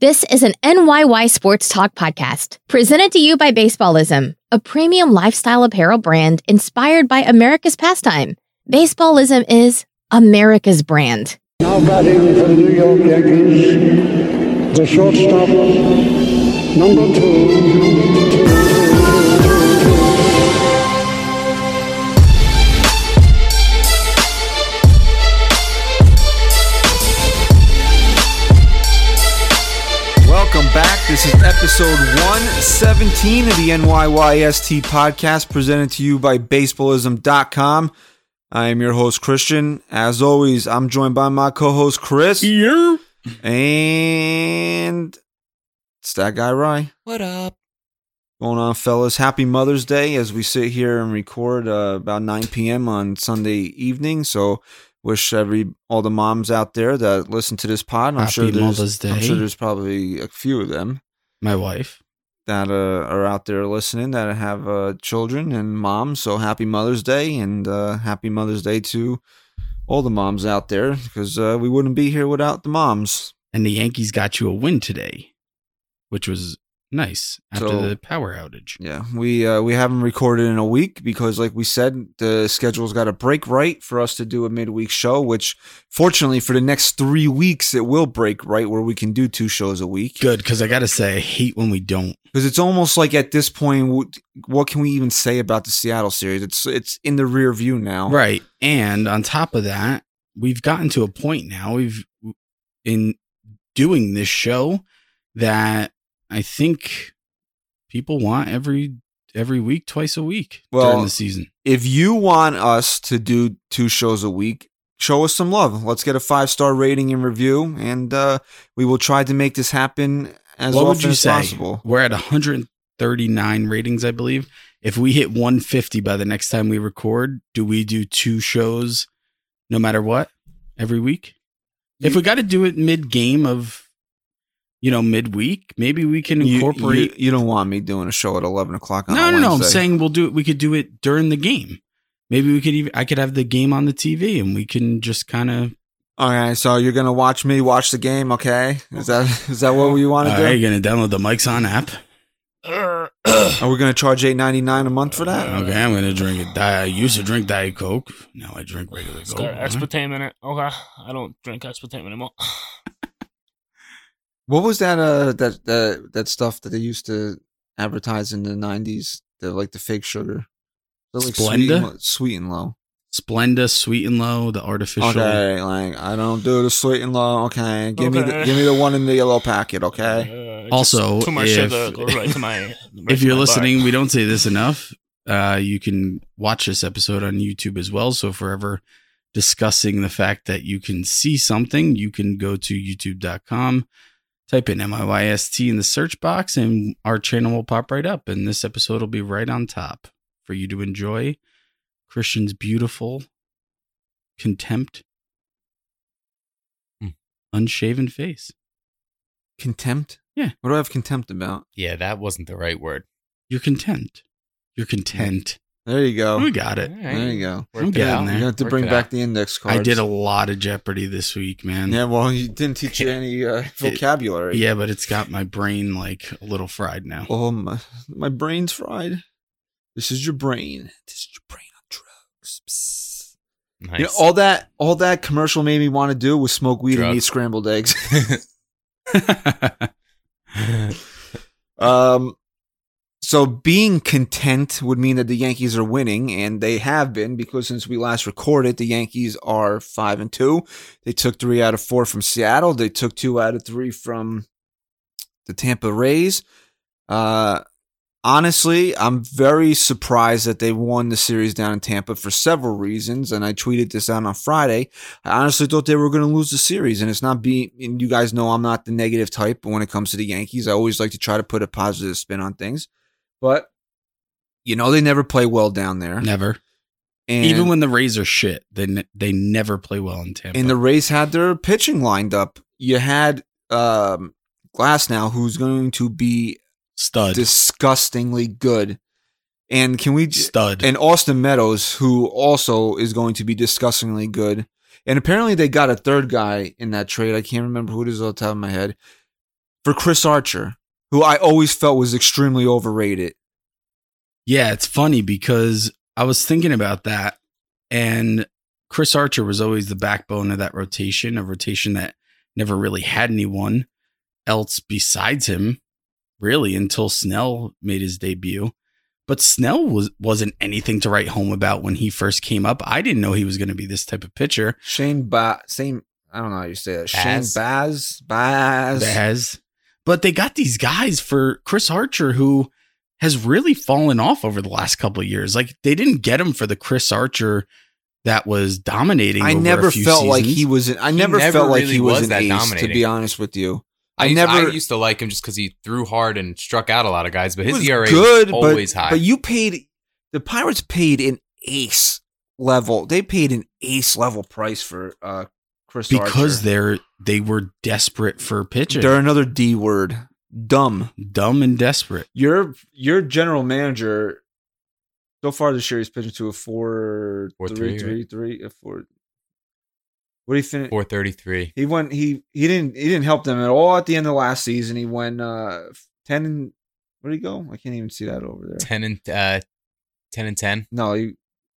This is an NYY Sports Talk podcast presented to you by Baseballism, a premium lifestyle apparel brand inspired by America's pastime. Baseballism is America's brand. Now batting for the New York Yankees, the shortstop, number two. Welcome back. This is episode 117 of the NYYST podcast presented to you by baseballism.com. I am your host, Christian. As always, I'm joined by my co host, Chris. Yeah. And it's that guy, Rye. What up? Going on, fellas. Happy Mother's Day as we sit here and record uh, about 9 p.m. on Sunday evening. So, wish every all the moms out there that listen to this pod. I'm Happy sure there's, Mother's I'm Day. sure there's probably a few of them. My wife. that uh, are out there listening that have uh, children and moms. So happy Mother's Day and uh, happy Mother's Day to all the moms out there because uh, we wouldn't be here without the moms. And the Yankees got you a win today, which was nice after So- the power outage. Yeah, we uh, we haven't recorded in a week because, like we said, the schedule's got to break right for us to do a midweek show. Which, fortunately, for the next three weeks, it will break right where we can do two shows a week. Good, because I got to say, I hate when we don't. because it's almost like at this point, what- what can we even say about the Seattle series? It's it's in the rear view now. Right. And on top of that, we've gotten to a point now, we've in doing this show that I think people want every every week, twice a week Well, during the season. if you want us to do two shows a week, show us some love. Let's get a five star rating and review, and uh, we will try to make this happen as What often would you as say? possible. We're at 139 ratings, I believe. If we hit 150 by the next time we record, do we do two shows no matter what every week? if we got to do it mid game of, you know, midweek, maybe we can You- incorporate. You, you don't want me doing a show at eleven o'clock on no, a no, no. I'm Wednesday. saying we'll do it. We could do it during the game. Maybe we could even, I could have the game on the TV and we can just kind of, All right, so you're gonna watch me watch the game, okay? Is that is that what we want to do? are you going to download the Mike's On app? Are we gonna charge eight ninety nine a month for that? Okay, I'm going to drink it. I used to drink Diet Coke. Now I drink regular It's Coke. got Alright. aspartame in it. Okay, I don't drink aspartame anymore. What was that? Uh, that that that stuff that they used to advertise in the nineties, the like the fake sugar, They're like sweet and Splenda? low- sweet and low. Splenda, Sweet and Low, the artificial. Okay, like I don't do the sweet and low. Okay, give me the Okay. give me the one in the yellow packet. Okay, Uh, just Also, too much if- sugar goes right to my. right If to you're my listening, bar. we don't say this enough. Uh, you can watch this episode on YouTube as well. So, if we're ever discussing the fact that you can see something, you can go to youtube.com, type in MIYST in the search box, and our channel will pop right up. And this episode will be right on top for you to enjoy Christian's beautiful contempt, Hmm. unshaven face. contempt. Yeah. what do I have contempt about? Yeah, that wasn't the right word. You're content. You're content. There you go. We got it. Alright. There you go. Worked I'm it getting out. You there. have to Worked bring it back out. the index I cards. did a lot of Jeopardy this week, man. Yeah, well, you didn't teach you any uh, vocabulary. Yeah, but it's got my brain like a little fried now. Oh my, my brain's fried. This is your brain. This is your brain on drugs. Psst. Nice. You know, all that all that commercial made me want to do was smoke weed and Drugs. eat scrambled eggs. That's um, so being content would mean that the Yankees are winning, and they have been because since we last recorded, the Yankees are five and two. They took three out of four from Seattle. They took two out of three from the Tampa Rays. Uh, honestly, I'm very surprised that they won the series down in Tampa for several reasons, and I tweeted this out on Friday. I honestly thought they were going to lose the series, and it's not being. And you guys know I'm not the negative type when it comes to the Yankees. I always like to try to put a positive spin on things, but you know they never play well down there. never. And Even when the Rays are shit, they ne- they never play well in Tampa. and the Rays had their pitching lined up. You had um, Glass now, who's going to be stud, disgustingly good. And can we j- stud. and Austin Meadows, who also is going to be disgustingly good. And apparently they got a third guy in that trade. I can't remember who it is off the top of my head. for Chris Archer, who I always felt was extremely overrated. Yeah, it's funny because I was thinking about that, and Chris Archer was always the backbone of that rotation, a rotation that never really had anyone else besides him, really, until Snell made his debut. But Snell was wasn't anything to write home about when he first came up. I didn't know he was going to be this type of pitcher. Shane Ba same I don't know how you say that. Shane Baz? Baz Baz. Has. But they got these guys for Chris Archer, who has really fallen off over the last couple of years. Like they didn't get him for the Chris Archer that was dominating. I over a never few felt like seasons. he was. An, I never, never felt like really he was, was an that ace. To be dominating. honest with you, I, I, used, never. I used to like him just because he threw hard and struck out a lot of guys, but it his was ERA good, was always but, high. But you paid the Pirates paid an ace level. They paid an ace level price for uh, Chris because Archer. they're they were desperate for pitching. they're another D word, dumb. dumb and desperate. Your your general manager. So far this year, he's pitching to a four, Four, three, three, three, three, a four. What do you finish? 433. He went. He he didn't. He didn't help them at all at the end of last season. He went uh ten. And, where would he go? I can't even see that over there. 10 and uh, 10 and 10. No, he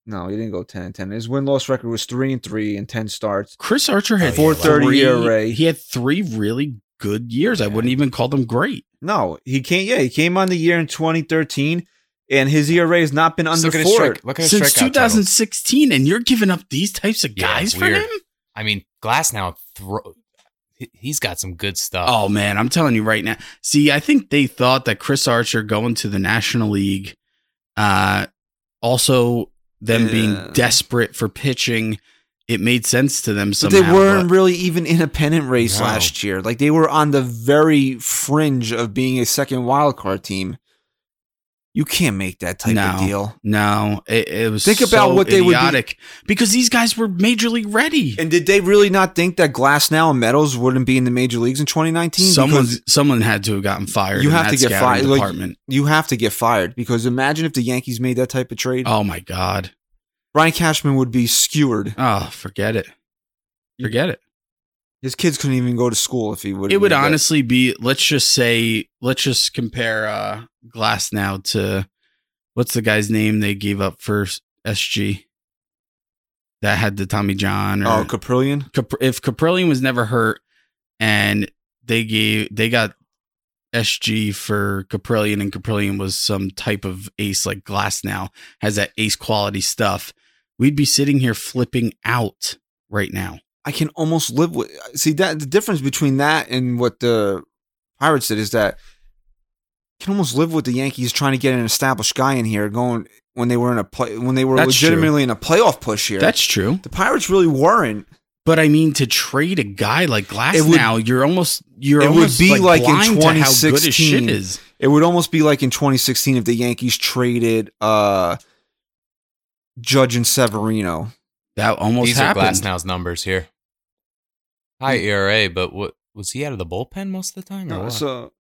no he didn't go ten and ten. His win loss record was three and three and ten starts. Chris Archer had Oh, yeah, 430 three- ERA. He had three really good years. I wouldn't even call them great. No, he can't. Yeah, he came on the year in 2013, and his ERA has not been Just under look at his four. strike- Look at his Since strikeout total. 2016, and you're giving up these types of Yeah, guys for weird. him? I mean, Glass now throw. he- He's got some good stuff. Oh man, I'm telling you right now. See, I think they thought that Chris Archer going to the National League, uh, also them Yeah. being desperate for pitching, it made sense to them But somehow. they weren't but- really even in a pennant race No. last year. Like they were on the very fringe of being a second wild card team. You can't make that type of No. deal. no, it, it was Think about so what they would be- idiotic because these guys were major league ready. And did they really not think that Glass now and Meadows wouldn't be in the major leagues in 2019? Someone, Because someone had to have gotten fired. You in have that to get scouting fired, like- Department. you have to get fired because imagine if the Yankees made that type of trade, oh my god. Brian Cashman would be skewered. Oh, forget it. Forget it. His kids couldn't even go to school if he would. it would made that. honestly be let's just say let's just compare uh glass now to what's the guy's name they gave up for sg that had the tommy john or Oh, Caprillion. Cap- if caprillion was never hurt and they gave they got sg for caprillion and caprillion was some type of ace like glass now has that ace quality stuff we'd be sitting here flipping out right now I can almost live with. See that the difference between that and what the Pirates did is that I can almost live with the Yankees trying to get an established guy in here going when they were in a play when they were That's true. legitimately in a playoff push here. that's true the Pirates really weren't. But I mean, to trade a guy like Glass It would- now, you're almost you're it would almost be like like, in blind to how good his 2016. shit is. It would almost be like in 2016 if the Yankees traded uh Judge and Severino. That almost These happened. Hmm. are Glass now's numbers here. High ERA, but what was he out of the bullpen most of the time? Or No, what? so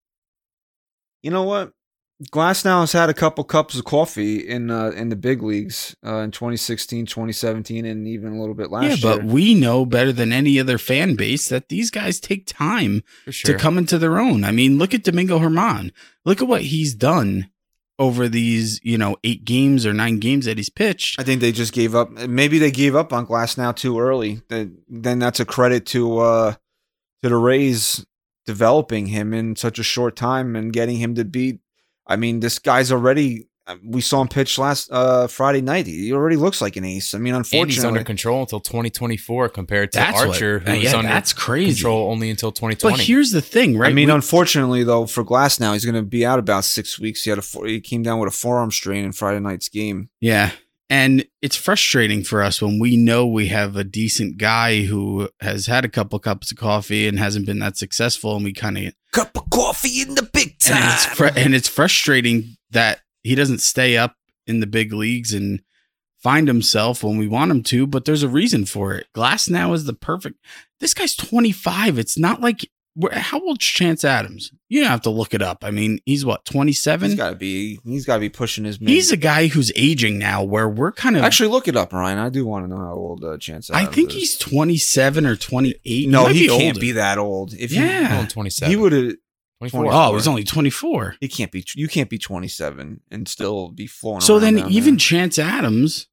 you know what? Glass now has had a couple cups of coffee in uh, in the big leagues uh, in 2016, 2017, and even a little bit yeah, last but year. we know better than any other fan base that these guys take time For sure. to come into their own. I mean, look at Domingo Herman. Look at what he's done over these, you know, eight games or nine games that he's pitched. I think they just gave up. Maybe they gave up on Glass now too early. Then then that's a credit to uh, to the Rays developing him in such a short time and getting him to beat. I mean, this guy's already. um, We saw him pitch last uh, Friday night. He already looks like an ace. I mean, And unfortunately, he's under control until 2024 compared to That's Archer, what, Uh, who was yeah, under that's crazy. control only until 2020. But here's the thing, right? I mean, We- unfortunately, though, for Glass now, he's going to be out about six weeks. He had a four, he came down with a forearm strain in Friday night's game. Yeah. And it's frustrating for us when we know we have a decent guy who has had a couple cups of coffee and hasn't been that successful. And we kind of, Cup of coffee in the big and it's, fr- and it's frustrating that he doesn't stay up in the big leagues and find himself when we want him to, but there's a reason for it. Glass now is the perfect. This guy's 25. It's not like, we're- how old's Chance Adams? You don't have to look it up. I mean, he's what, 27? he's He's, got to be he's got to be pushing his. Mid. a guy who's aging now where we're kind of. actually look it up, Ryan. I do want to know how old uh, Chance. I Adams think is. he's 27 or 28. no, might he, can't older. be that old. If yeah. Well, in Well, 27. he, he would have 24. 24. Oh, it was only 24. He can't be. You can't be 27 and still be flowing. So around then, down even there. Chance Adams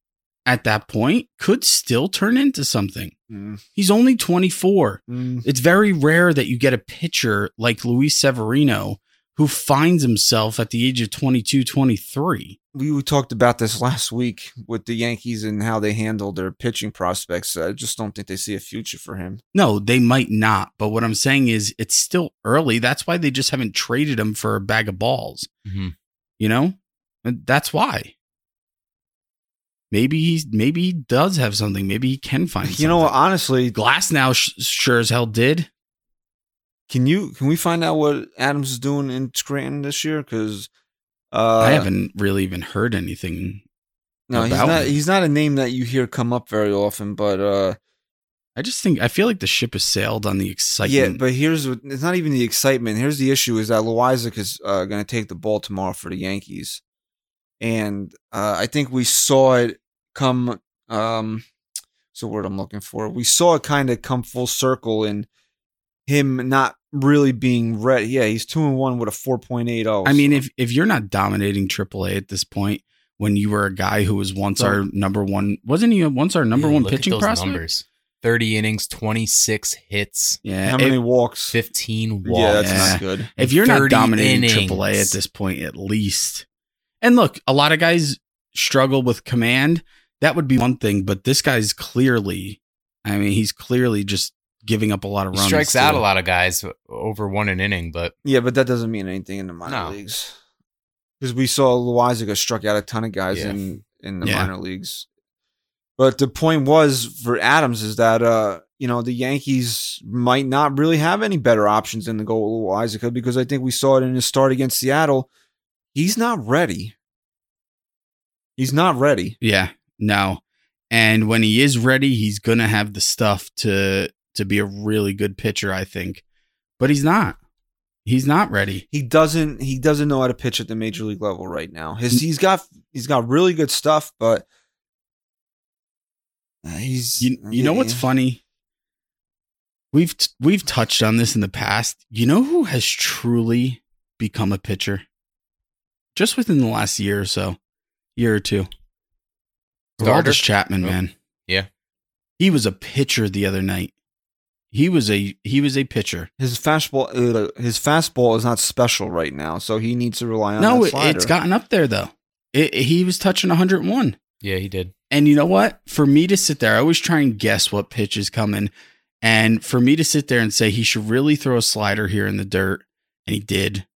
at that point could still turn into something. Mm, He's only 24. mm. It's very rare that you get a pitcher like Luis Severino who finds himself at the age of 22, 23. we we talked about this last week with the Yankees and how they handled their pitching prospects. I just don't think they see a future for him. No, they might not. But what I'm saying is it's still early. That's why they just haven't traded him for a bag of balls. Mhm. You know? And That's why. Maybe he's maybe he does have something. Maybe he can find You know, something. honestly, Glass now sh- sure as hell did. can you can we find out what Adams is doing in Scranton this year? Because uh, I haven't really even heard anything. No, he's about not. him. He's not a name that you hear come up very often. But uh, I just think I feel like the ship has sailed on the yeah, excitement. but here's what- it's not even the excitement. Here's the issue: is that Loizac is uh, going to take the ball tomorrow for the Yankees, and uh, I think we saw it come. Um, what's the word I'm looking for? We saw it kind of come full circle in him not really being ready. Yeah, he's two and one with a four point eight oh. I mean, if if you're not dominating AAA at this point, when you were a guy who was once our number one, wasn't he once our number Dude, one look at pitching those prospect? Numbers. 30 innings, 26 hits, Yeah. how if- many walks? 15 walks. Yeah, that's Yeah. not good. if you're not 30 dominating innings. AAA at this point, at least. And look, a lot of guys struggle with command. That would be one thing, but this guy's clearly, I mean, he's clearly just giving up a lot of He runs. strikes out too. a lot of guys over one an inning, but Yeah, but that doesn't mean anything in the minor No. leagues. Because we saw Loizaga struck out a ton of guys Yeah. in in the Yeah. minor leagues. But the point was for Adams is that uh, you know, the Yankees might not really have any better options than to go with Loizaga because I think we saw it in his start against Seattle. He's not ready. He's not ready. Yeah, no. And when he is ready, he's gonna have the stuff to to be a really good pitcher, I think. But he's not. He's not ready. He doesn't he doesn't know how to pitch at the major league level right now. His he's got he's got really good stuff, but uh, he's You, you know what's yeah. funny? We've t- we've touched on this in the past. You know who has truly become a pitcher? Just within the last year or so, year or two. Starter? Aroldis Chapman, Nope. man. Yeah. He was a pitcher the other night. He was a he was a pitcher. His fastball, uh, his fastball is not special right now, so he needs to rely on No, that it, slider. it's gotten up there though. It, it- he was touching 101. yeah, he did. And you know what? For me to sit there, I always try and guess what pitch is coming. And for me to sit there and say he should really throw a slider here in the dirt, and he did.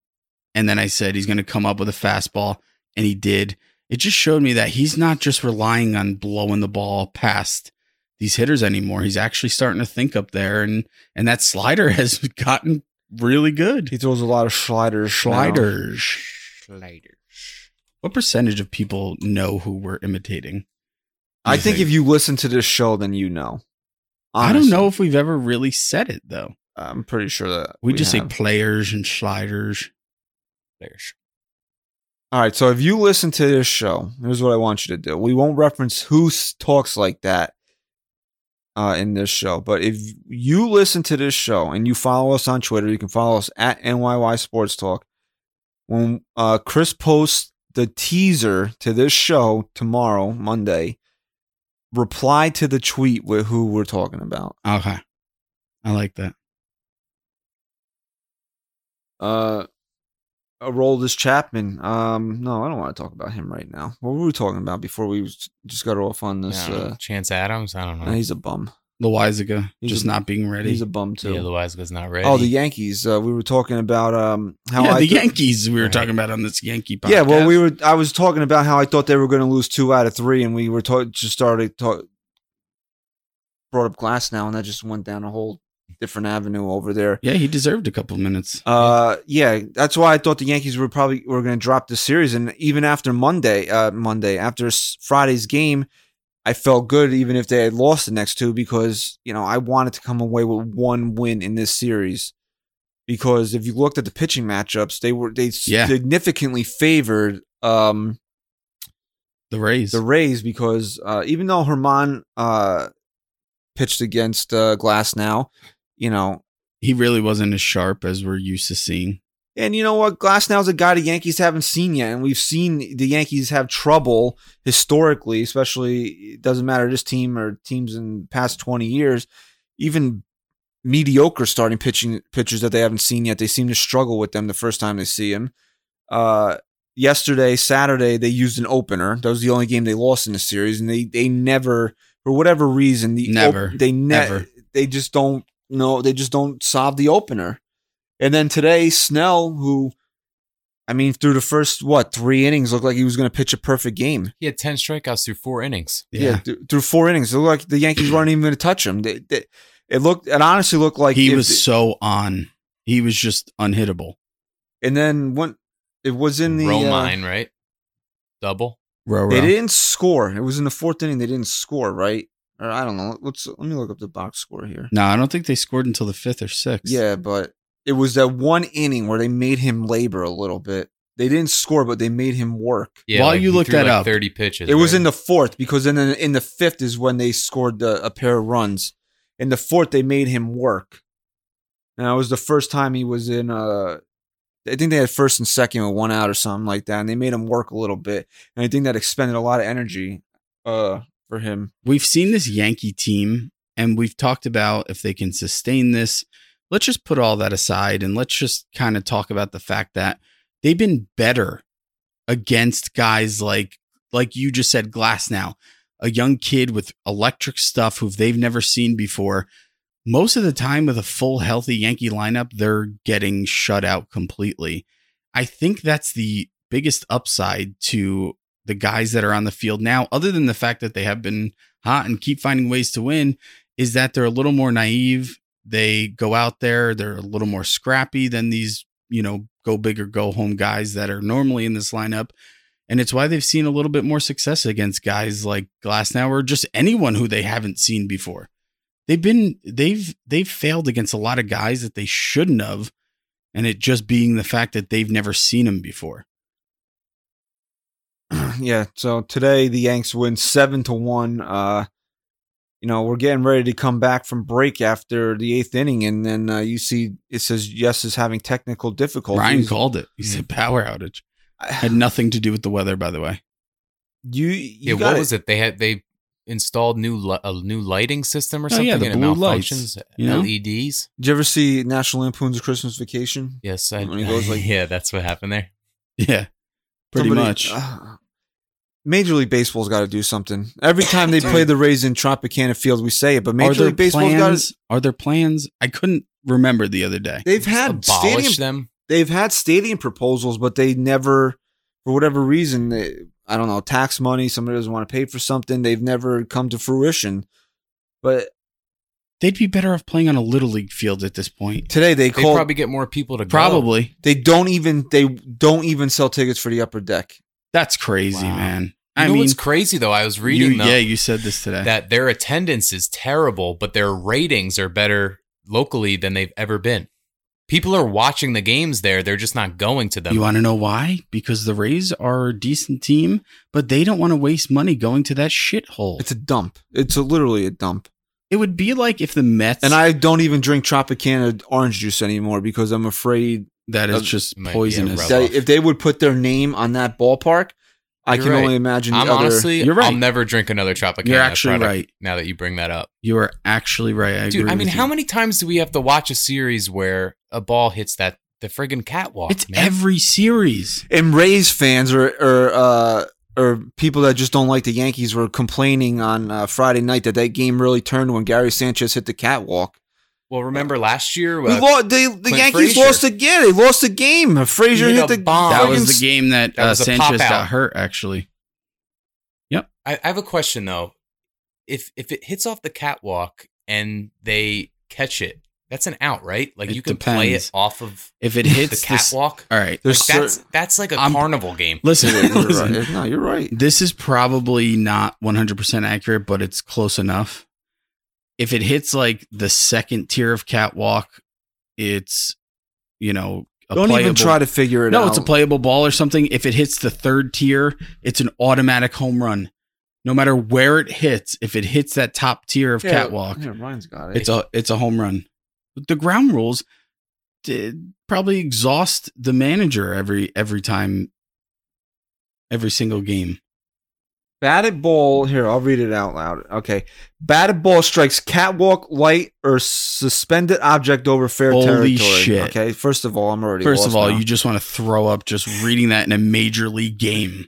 And then I said he's going to come up with a fastball, and he did. It just showed me that he's not just relying on blowing the ball past these hitters anymore. He's actually starting to think up there, and and that slider has gotten really he good. throws a lot of sliders. now. Sliders. Slider. What percentage of people know who we're imitating? I think if you listen to this show, then you know. I don't Honestly. know if we've ever really said it though. I'm pretty sure that We, just have. say players and sliders. There's. All right, so if you listen to this show, here's what I want you to do. We won't reference who s- talks like that uh, in this show, but if you listen to this show and you follow us on Twitter, you can follow us at NYY Sports Talk. When uh, Chris posts the teaser to this show tomorrow, Monday, reply to the tweet with who we're talking about. Okay. I like that. Uh, Aroldis Chapman. Um, no, I don't want to talk about him right now. What were we talking about before we s- just got off on this? I don't know. Uh, Chance Adams, I don't know. nah, he's a bum. Loizaga He's just a- not being ready. He's a bum too. yeah, Loiza's not ready. oh, the Yankees. Uh, we were talking about um how yeah, I the thought- Yankees we were Right. talking about on this Yankee podcast. Yeah, well, we were. I was talking about how I thought they were going to lose two out of three, and we were ta- just started ta- brought up glass now, and that just went down a whole different avenue over there. Yeah, he deserved a couple minutes. Uh, yeah, that's why I thought the Yankees were probably were going to drop the series, and even after Monday, uh, Monday after s- Friday's game, I felt good even if they had lost the next two because you know I wanted to come away with one win in this series because if you looked at the pitching matchups, they were they Yeah. significantly favored um the Rays. the Rays because uh, even though Herman uh pitched against uh, Glass now, you know he really wasn't as sharp as we're used to seeing. And you know what? Glassnow's a guy the Yankees haven't seen yet, and we've seen the Yankees have trouble historically, especially it doesn't matter this team or teams in the past twenty years, even mediocre starting pitching pitchers that they haven't seen yet. They seem to struggle with them the first time they see him. Uh, yesterday, Saturday, they used an opener. That was the only game they lost in the series, and they they never, for whatever reason, the op- Never. they never Ever. they just don't know they just don't solve the opener. And then today, Snell, who I mean, through the first what three innings, looked like he was going to pitch a perfect game. He had 10 strikeouts through four innings. Yeah, th- through four innings, it looked like the Yankees weren't even going to touch him. They, they, it looked, it honestly looked like he if- was so on. He was just unhittable. And then when it was in the uh, Romine, right? Double. Row, they row. didn't score. It was in the fourth inning. They didn't score, right? Or I don't know. Let's let me look up the box score here. No, I don't think they scored until the fifth or sixth. Yeah, but it was that one inning where they made him labor a little bit. They didn't score, but they made him work. Yeah, While like, you he look threw, that like, up, 30 pitches. It was right? in the fourth because then in, in the fifth is when they scored the, a pair of runs. In the fourth, they made him work, and that was the first time he was in. Uh, I think they had first and second with one out or something like that, and they made him work a little bit. And I think that expended a lot of energy uh, for him. We've seen this Yankee team and we've talked about if they can sustain this. Let's just put all that aside and let's just kind of talk about the fact that they've been better against guys like like you just said Glass now, a young kid with electric stuff who they've never seen before. Most of the time with a full healthy Yankee lineup, they're getting shut out completely. I think that's the biggest upside to the guys that are on the field now, other than the fact that they have been hot and keep finding ways to win, is that they're a little more naive. They go out there, they're a little more scrappy than these, you know, go big or go home guys that are normally in this lineup. And it's why they've seen a little bit more success against guys like Glassnow or just anyone who they haven't seen before. They've been they've they've failed against a lot of guys that they shouldn't have, and it just being the fact that they've never seen them before. yeah. So today the Yanks win seven to one. Uh, you know we're getting ready to come back from break after the eighth inning, and then uh, you see it says yes is having technical difficulties. Ryan called it. He said power outage. Had nothing to do with the weather, by the way. You, you Yeah, what was it? They had they installed new li- a new lighting system or Oh, something yeah, the and it blue lights, malfunctions, E you know? LEDs. Did you ever see National Lampoon's Christmas Vacation? Yes, I, When he goes like- yeah, that's what happened there. Yeah, pretty Somebody- uh, much. Ugh. Major League Baseball's got to do something. Every time they play the Rays in Tropicana Field, we say it, but are Major there League Baseball's got plans? to. Are there plans? I couldn't remember the other day. They've Just had stadium. abolish them. They've had stadium proposals, but they never, for whatever reason, they, I don't know, tax money. Somebody doesn't want to pay for something. They've never come to fruition. But They'd be better off playing on a little league field at this point. today they They called. probably get more people to go. Probably. they don't even. They don't even sell tickets for the upper deck. That's crazy, Wow. man. You I know mean, what's crazy though? I was reading you- though yeah, you said this today. that their attendance is terrible, but their ratings are better locally than they've ever been. People are watching the games there; they're just not going to them. you want to know why? Because the Rays are a decent team, but they don't want to waste money going to that shithole. It's a dump. It's a, literally a dump. it would be like if the Mets And I don't even drink Tropicana orange juice anymore because I'm afraid that is Uh, just Oh, might be a poisonous. rough- that if they would put their name on that ballpark, I You're can right. only imagine. The I'm other, honestly, You're right. I'll never drink another Tropicana. You're actually product right. Now that you bring that up, You are actually right. I dude. agree I mean, with how you. many times do we have to watch a series where a ball hits that the friggin' catwalk? It's man? every series. and Rays fans or or uh, or people that just don't like the Yankees were complaining on uh, Friday night that that game really turned when Gary Sanchez hit the catwalk. Well, remember last year? We uh, lo- they, the Clint Yankees Frazier. lost again. They lost the game. Frazier He hit hit a the bomb. That Oh, was friggin' the game that, That uh, was a Sanchez pop-out. got hurt. Actually, I, I have a question though. If if it hits off the catwalk and they catch it, that's an out, right? Like It you can play depends. it off of if it hits the this, all catwalk. right. There's Like, that's cer- that's like a I'm- carnival game. Listen, Yeah, you're listen. right. No, you're right. This is probably not 100% accurate, but it's close enough. If it hits like the second tier of catwalk, it's, you know, a Don't even playable- try to figure it out. No, it's a playable ball or something. If it hits the third tier, it's an automatic home run. No matter where it hits, if it hits that top tier of Yeah, catwalk, Yeah, Ryan's got it. it's a it's a home run. The ground rules, did probably exhaust the manager every every time, every single game. Batted ball. Here, I'll read it out loud. Okay. Batted ball strikes catwalk, light, or suspended object over fair Holy territory. shit. Okay. First of all, I'm already. First of lost all, now. you just want to throw up just reading that in a major league game.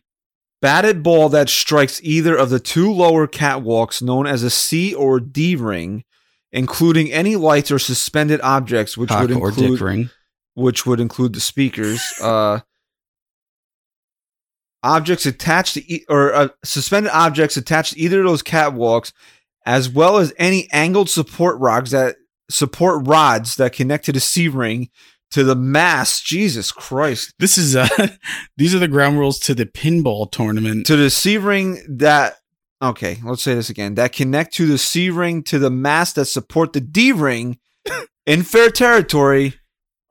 batted ball that strikes either of the two lower catwalks known as a C or D ring, including any lights or suspended objects, which Cock would or include dick ring. which would include the speakers. Uh, objects attached to e- or uh, suspended objects attached to either of those catwalks, as well as any angled support rods that support rods that connect to the C ring to the mast. Jesus Christ! This is uh these are the ground rules to the pinball tournament. To the C ring that. Okay, let's say this again. That connect to the C ring to the mast that support the D ring in fair territory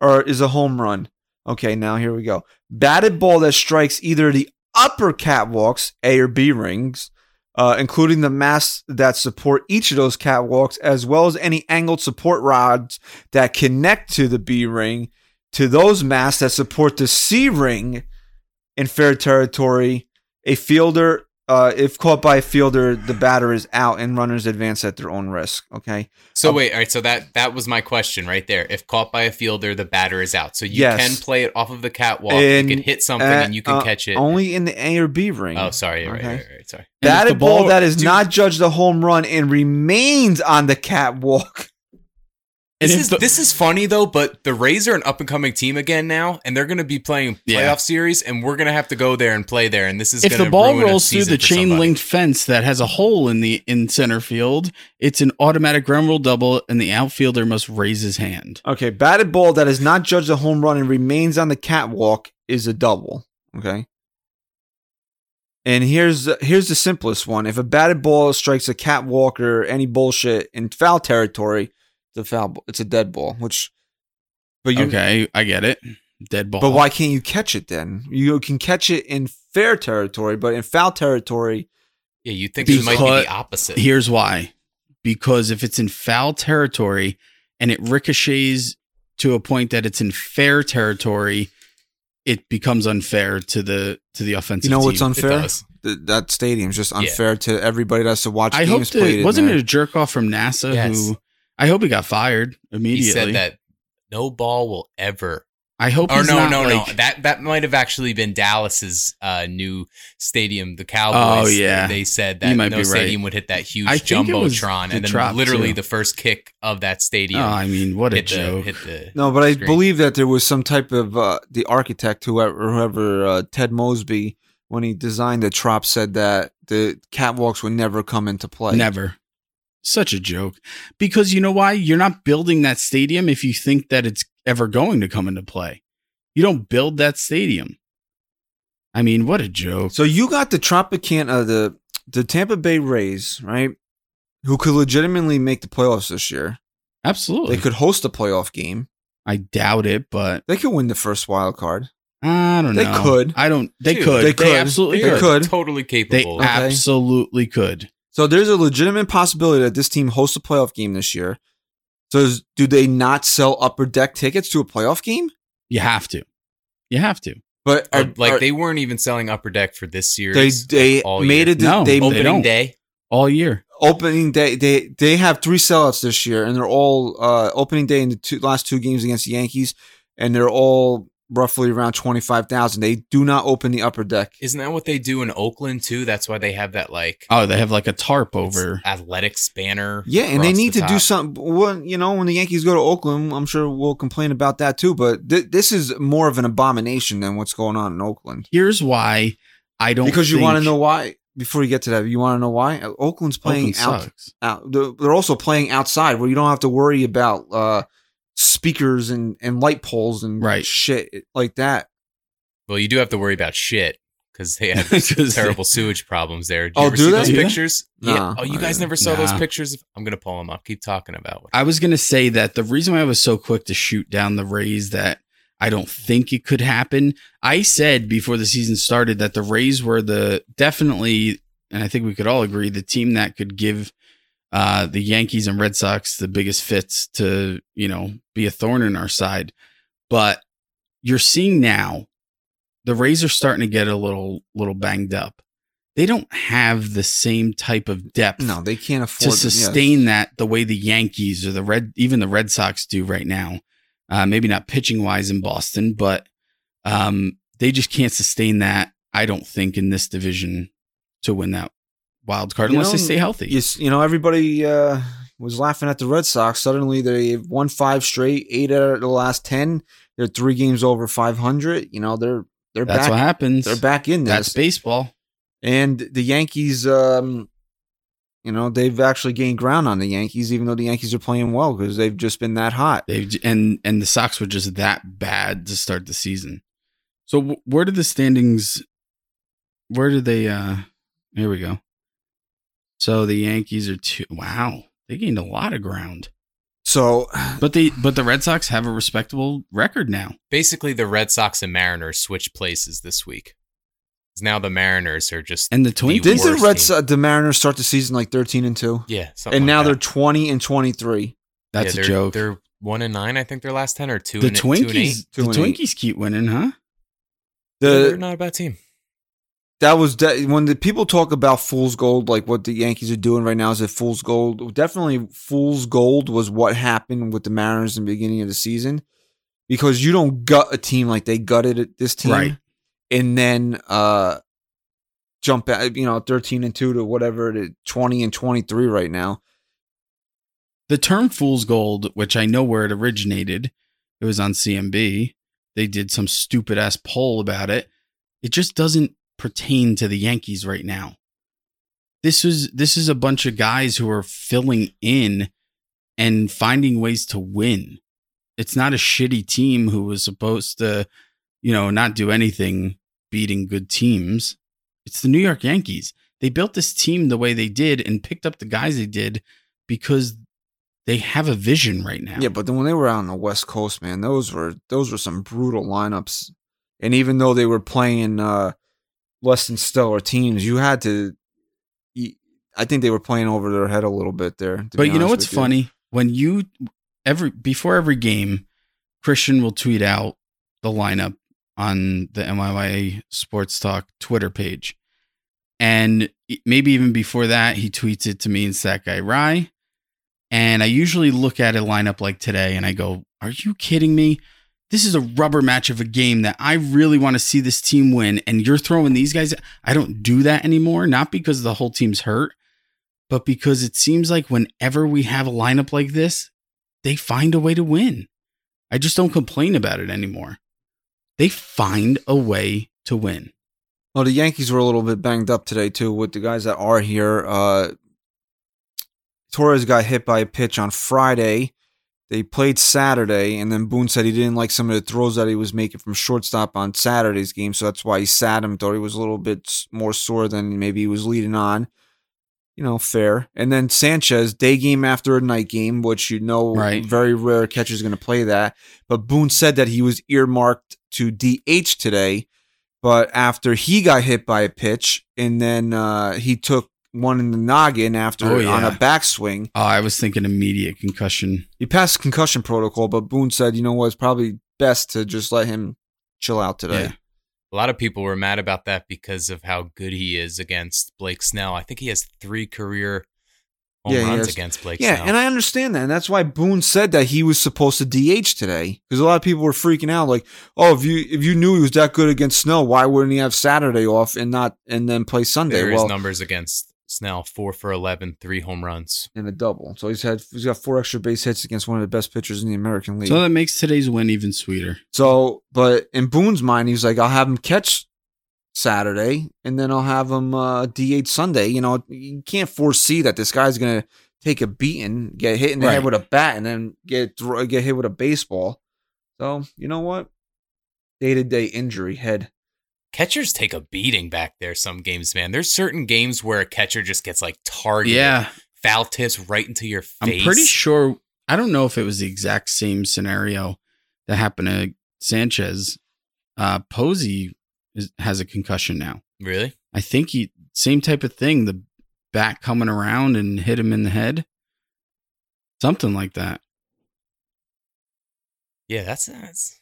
or is a home run. Okay, now here we go. Batted ball that strikes either the upper catwalks, A or B rings, uh, including the masts that support each of those catwalks, as well as any angled support rods that connect to the B ring, to those masts that support the C ring in fair territory. A fielder, uh, if caught by a fielder, the batter is out and runners advance at their own risk. Okay. So Um, wait, all right. So that that was my question right there. If caught by a fielder, the batter is out. So you Yes. can play it off of the catwalk. And, you can hit something Uh, and you can uh, catch it. Only in the A or B ring. oh, sorry. Right, Okay. right, right, right, Sorry. And if Batted the ball, ball- that is dude. not judged a home run and remains on the catwalk. And This if is the- this is funny though, but the Rays are an up and coming team again now, and they're going to be playing playoff Yeah. series, and we're going to have to go there and play there, and this is if gonna the ball ruin a rolls through season the for somebody. chain linked fence that has a hole in the in center field, it's an automatic ground rule double, and the outfielder must raise his hand. Okay, batted ball that is not judged a home run and remains on the catwalk is a double. Okay. And here's here's the simplest one. If a batted ball strikes a catwalk or any bullshit in foul territory, the foul b- it's a dead ball. Which, but you okay, I get it. Dead ball. but why can't you catch it then? You can catch it in fair territory, but in foul territory, Yeah, you think it might be Because- the opposite. Here's why. Because if it's in foul territory and it ricochets to a point that it's in fair territory, it becomes unfair to the to the offensive. you know what's team. it unfair? does. Th- that stadium's just Yeah. unfair to everybody that's to watch I hope games played. the, in wasn't there. it a jerk off from NASA Yes. who I hope he got fired He immediately. said that no ball will ever. I hope Or he's no, not no, no. like- That that might have actually been Dallas's uh, new stadium, the Cowboys. Oh, yeah. they said You that might no be right. stadium would hit that huge I think it was jumbotron, the and then drop, literally too. the first kick of oh, that stadium I mean, what a hit, the, joke. hit the. No, but I screen. believe that there was some type of uh, the architect, whoever, whoever uh, Ted Mosby, when he designed the trop, said that the catwalks would never come into play. Never. Such a joke. Because you know why? You're not building that stadium if you think that it's ever going to come into play. You don't build that stadium. I mean, what a joke. So you got the Tropicana, uh, the the Tampa Bay Rays, right? Who could legitimately make the playoffs this year? Absolutely. They could host a playoff game. I doubt it, but They could win the first wild card. I don't They know. could. I don't. They Dude, could. they They, could. absolutely They could. could. totally They capable. absolutely could. So there's a legitimate possibility that this team hosts a playoff game this year. So is, do they not sell upper deck tickets to a playoff game? You have to. You have to. But Or, are- like are- they weren't even selling Upper Deck for this they series. they all made year. it. No, they they opening don't. day. All year. opening day they they have three sellouts this year and they're all uh opening day in the two, last two games against the Yankees and they're all roughly around 25,000 they do not open the upper deck Isn't that what they do in Oakland too? That's why they have that like Oh, they have like a tarp over. athletics banner. yeah and they across need the to do top. something well, you know when the Yankees go to Oakland I'm sure we'll complain about that too but th- this is more of an abomination than what's going on in Oakland Here's why I don't. because you think want to know why before you get to that you want to know why Oakland's playing Oakland out sucks. out. They're they're also playing outside where you don't have to worry about uh, speakers and, and light poles and Right. shit like that. Well, you do have to worry about shit because they have 'Cause they- terrible sewage problems there. Did Oh, you ever do see they? those Do they? pictures? Nah. yeah. Oh, you guys never saw those Nah. pictures? I'm gonna pull them up. Keep talking about. What I was going to say that the reason why I was so quick to shoot down the Rays that I don't think it could happen. I said before the season started that the Rays were the definitely, and I think we could all agree, the team that could give uh, the Yankees and Red Sox the biggest fits to, you know, be a thorn in our side. But you're seeing now the Rays are starting to get a little little banged up. They don't have the same type of depth No, they can't afford to yeah. sustain that the way the Yankees or the Red, even the Red Sox do right now. Uh, maybe not pitching wise in Boston, but um, they just can't sustain that. I don't think in this division to win that wild card You unless they know, stay healthy. You, s- you know, everybody uh, was laughing at the Red Sox. Suddenly, they won five straight, eight out of the last ten. They're three games over five hundred. You know, they're they're That's what back. happens. They're back in this. That's baseball. And the Yankees, um, you know, they've actually gained ground on the Yankees, even though the Yankees are playing well because they've just been that hot. They've j- and and the Sox were just that bad to start the season. So wh- where did the standings? Where did they? uh Here we go. So the Yankees are two. Wow, they gained a lot of ground. So, But the but the Red Sox have a respectable record now. Basically, the Red Sox and Mariners switch places this week. 'Cause Now the Mariners are just And the Twins didn't the worst Red team. Sox, the Mariners start the season like thirteen and two, yeah, Oh something and like now that. they're twenty and twenty three. Yeah, that's a they're- joke. They're one and nine, I think, their last ten or two. the and two and eight. Twinkies Two the and eight. Twinkies keep winning, huh? they're The not a bad team. that was de- when the people talk about fool's gold, like what the Yankees are doing right now is it fool's gold? Definitely, fool's gold was what happened with the Mariners in the beginning of the season because you don't gut a team like they gutted it- this team, Right. And then uh, jump at you know thirteen and two to whatever to twenty and twenty three right now. The term "fool's gold," which I know where it originated, it was on CMB. They did some stupid ass poll about it. It just doesn't pertain to the Yankees right now. This is this is a bunch of guys who are filling in and finding ways to win. It's not a shitty team who was supposed to, you know, not do anything beating good teams. It's the New York Yankees. They built this team the way they did and picked up the guys they did because they have a vision right now. Yeah, but then when they were out on the West Coast, man, those were those were some brutal lineups. And even though they were playing uh, less than stellar teams, you had to. you- I think they were playing over their head a little bit there. to But be you know honest what's with you. funny? When you every before every game, Christian will tweet out the lineup on the MIYA Sports Talk Twitter page. And it- maybe even before that, he tweets it to me and Stack Guy Rye. And I usually look at a lineup like today and I go, Are you kidding me? This is a rubber match of a game that I really want to see this team win. And you're throwing these guys. I don't do that anymore, not because the whole team's hurt, but because it seems like whenever we have a lineup like this, they find a way to win. I just don't complain about it anymore. They find a way to win. Well, the Yankees were a little bit banged up today too with the guys that are here. Uh, Torres got hit by a pitch on Friday. They played Saturday, and then Boone said he didn't like some of the throws that he was making from shortstop on Saturday's game, so that's why he sat him. Thought he was a little bit s- more sore than maybe he was leading on. You know, fair. And then Sanchez, day game after a night game, which you know, Right. very rare catcher's going to play that. But Boone said that he was earmarked to DH today, but after he got hit by a pitch, and then uh, he took one in the noggin after Oh, yeah. on a backswing. Oh, I was thinking immediate concussion. He passed concussion protocol, but Boone said, you know what, it's probably best to just let him chill out today. Yeah. A lot of people were mad about that because of how good he is against Blake Snell. I think he has three career home Yeah, he runs has- against Blake Yeah, Snell. and I understand that. And that's why Boone said that he was supposed to DH today. Because a lot of people were freaking out, like, oh, if you if you knew he was that good against Snow, why wouldn't he have Saturday off and not and then play Sunday? there is well, numbers against Snell, four for 11, three home runs. in a double. So he's had he's got four extra base hits against one of the best pitchers in the American League. So that makes today's win even sweeter. So, but in Boone's mind, he's like, I'll have him catch Saturday, and then I'll have him uh, DH Sunday. You know, you can't foresee that this guy's gonna take a beating, get hit in the head Right. with a bat, and then get thro- get hit with a baseball. So, you know what? Day to day injury, head. Catchers take a beating back there some games, man. There's certain games where a catcher just gets like targeted. Yeah, Foul tips right into your face. I'm pretty sure. I don't know if it was the exact same scenario that happened to Sanchez. Uh, Posey is, has a concussion now. Really? I think he same type of thing. The bat coming around and hit him in the head, something like that. Yeah, that's, that's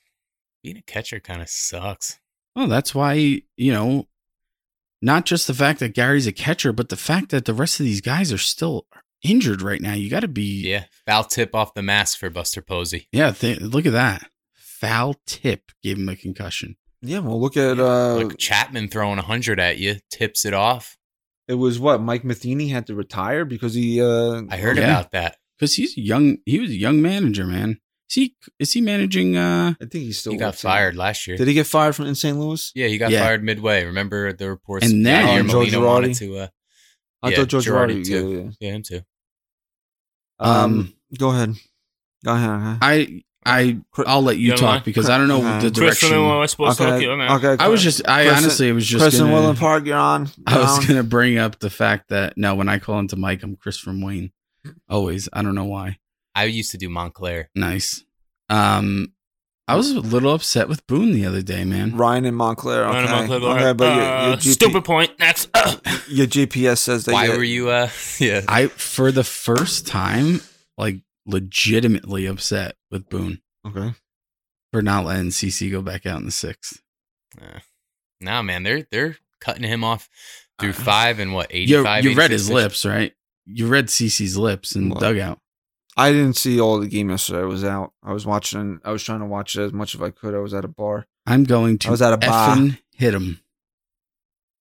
Being a catcher kind of sucks. Well, that's why, you know, not just the fact that Gary's a catcher, but the fact that the rest of these guys are still injured right now. You got to be. Yeah. Foul tip off the mask for Buster Posey. Yeah, th- look at that. Foul tip gave him a concussion. Yeah, well, look at uh, like Chapman throwing 100 at you, tips it off. it was what Mike Matheny had to retire because he. Uh, I heard Yeah. about that. Because he's a young. He was a young manager, man. Is he, is he managing? Uh, I think he still He got works there. fired last year. Did he get fired from in St. Louis? yeah, he got Yeah. fired midway. Remember the reports? And then- Javier Oh, Joe Molina wanted Girardi. to. Uh, I Yeah, thought George Girardi Girardi. too. Yeah, yeah. yeah, him too. Um, Um, go ahead. Go ahead. I, I, I'll let you Never talk mind. because I don't know Uh, the Chris, direction. remember what I was supposed to Okay. talk to you, man. okay. I was just. I Chris- honestly was just. Chris and gonna- Willem Park. You're on. I was Down. gonna bring up the fact that no, when I call into Mike, I'm Chris from Wayne. Always, I don't know why. I used to do Montclair. Nice. Um, I was a little upset with Boone the other day, man. Ryan and Montclair. Okay. Ryan and Montclair, go okay, ahead. but your, Uh, your, GP stupid point. Next. your GPS says that. Why you- were you? Uh, yeah. I for the first time, like legitimately upset with Boone Okay. for not letting CC go back out in the sixth. Nah, man, they're they're cutting him off through Uh, five and what eighty You, five. you read his lips, right? You read CC's lips in the What? dugout. I didn't see all the game yesterday. I was out. I was watching. I was trying to watch it as much as I could. I was at a bar. I'm going to I was at a bar. effing hit him,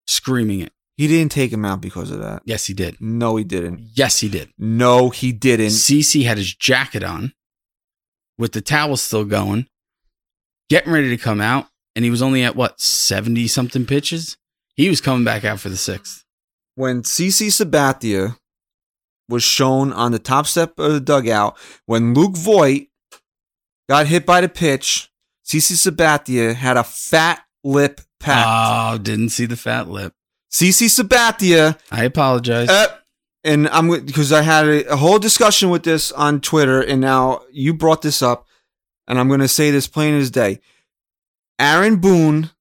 screaming it. He didn't take him out because of that. Yes, he did. No, he didn't. Yes, he did. No, he didn't. CC had his jacket on with the towel still going, getting ready to come out. And he was only at what, 70 something pitches? He was coming back out for the sixth. when CC Sabathia was shown on the top step of the dugout, when Luke Voigt got hit by the pitch, CC Sabathia had a fat lip packed. Oh, didn't see the fat lip. CC Sabathia, I apologize. uh, and I'm because I had a, a whole discussion with this on Twitter, and now you brought this up, and I'm going to say this plain as day. Aaron Boone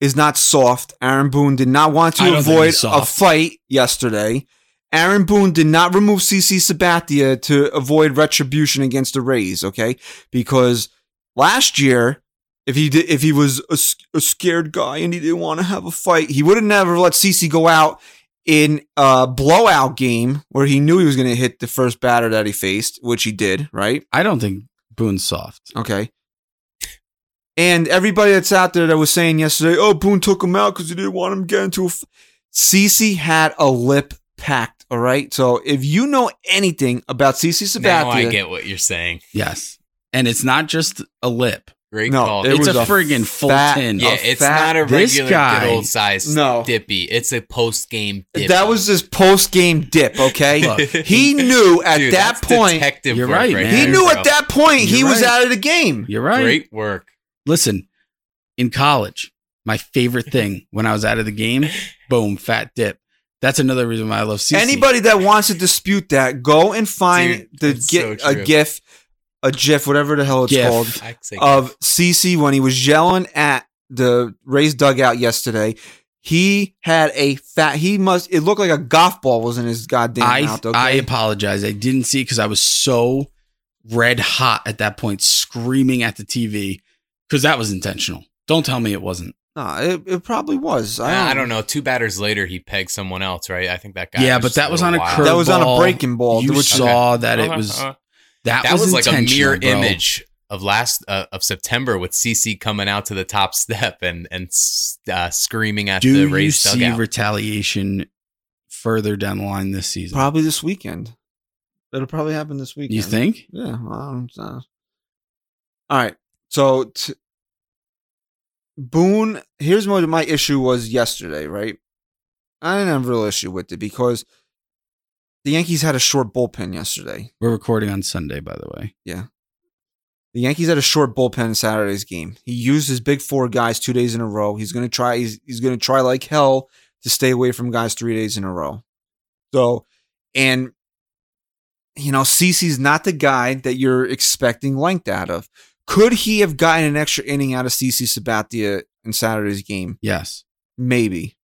is not soft. Aaron Boone did not want I to don't think avoid he's a soft. fight yesterday. Aaron Boone did not remove CC Sabathia to avoid retribution against the Rays, okay? Because last year, if he did, if he was a, s- a scared guy and he didn't want to have a fight, he would have never let CC go out in a blowout game where he knew he was going to hit the first batter that he faced, which he did, right? I don't think Boone's soft. Okay. And everybody that's out there that was saying yesterday, oh, Boone took him out because he didn't want him getting into a. F-. CC had a lip packed, all right? So if you know anything about CC Sabathia, Now I get what you're saying. Yes. And it's not just a lip. Great No, call. it it's was a a friggin' full fat- tin. yeah, a it's fat- not a this regular guy- good old size No. dippy. It's a post game dip. that was his post game dip, okay? Look, he knew at Dude, that that's point, detective You're work right, man. he there, knew bro. at that point he You're was right. out of the game. You're right. Great work. Listen, in college, my favorite thing when I was out of the game, boom, fat dip. That's another reason why I love CC. Anybody that wants to dispute that, go and find Dude, the that's get so a true. gif, a gif, whatever the hell it's GIF. called, I say of CC when he was yelling at the Rays dugout yesterday. He had a fat. He must. It looked like a golf ball was in his goddamn I, mouth. Okay. I apologize. I didn't see because I was so red hot at that point, screaming at the TV because that was intentional. Don't tell me it wasn't. Nah, it, it probably was. I Nah, don't, I don't know. Two batters later, he pegged someone else, right? I think that guy. Yeah, was but just that was little on a wild. curve. That was on a ball. breaking ball, You which- saw that it Okay, was uh, that, That was, was, like a intentional, mirror bro. image of last uh, of September with CC coming out to the top step and and s- uh, screaming at Do the you Rays see dugout. retaliation further down the line this season? Probably this weekend. It'll probably happen this weekend. You think? Yeah. well, I don't know. All right. So t- Boone, here's what my issue was yesterday, right? I didn't have a real issue with it because the Yankees had a short bullpen yesterday. We're recording on Sunday, by the way. The Yankees had a short bullpen in Saturday's game. He used his big four guys two days in a row. He's gonna try. He's, he's gonna try like hell to stay away from guys three days in a row. So, and you know, CC's not the guy that you're expecting length out of. Could he have gotten an extra inning out of CC Sabathia in Saturday's game? Yes. Maybe.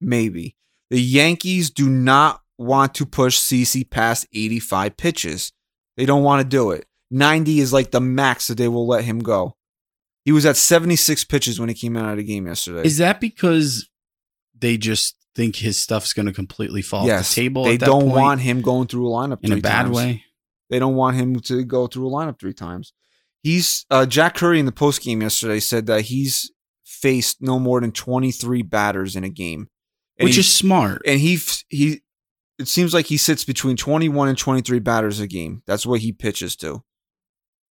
Maybe. The Yankees do not want to push CC past 85 pitches. They don't want to do it. 90 is like the max that they will let him go. He was at 76 pitches when he came out of the game yesterday. Is that because they just think his stuff's going to completely fall off the table? They at that don't point want him going through a lineup in a three bad times. way. They don't want him to go through a lineup three times. He's uh, Jack Curry in the post game yesterday said that he's faced no more than 23 batters in a game, And which he- is smart. and he f- he. It seems like he sits between 21 and 23 batters a game. That's what he pitches to.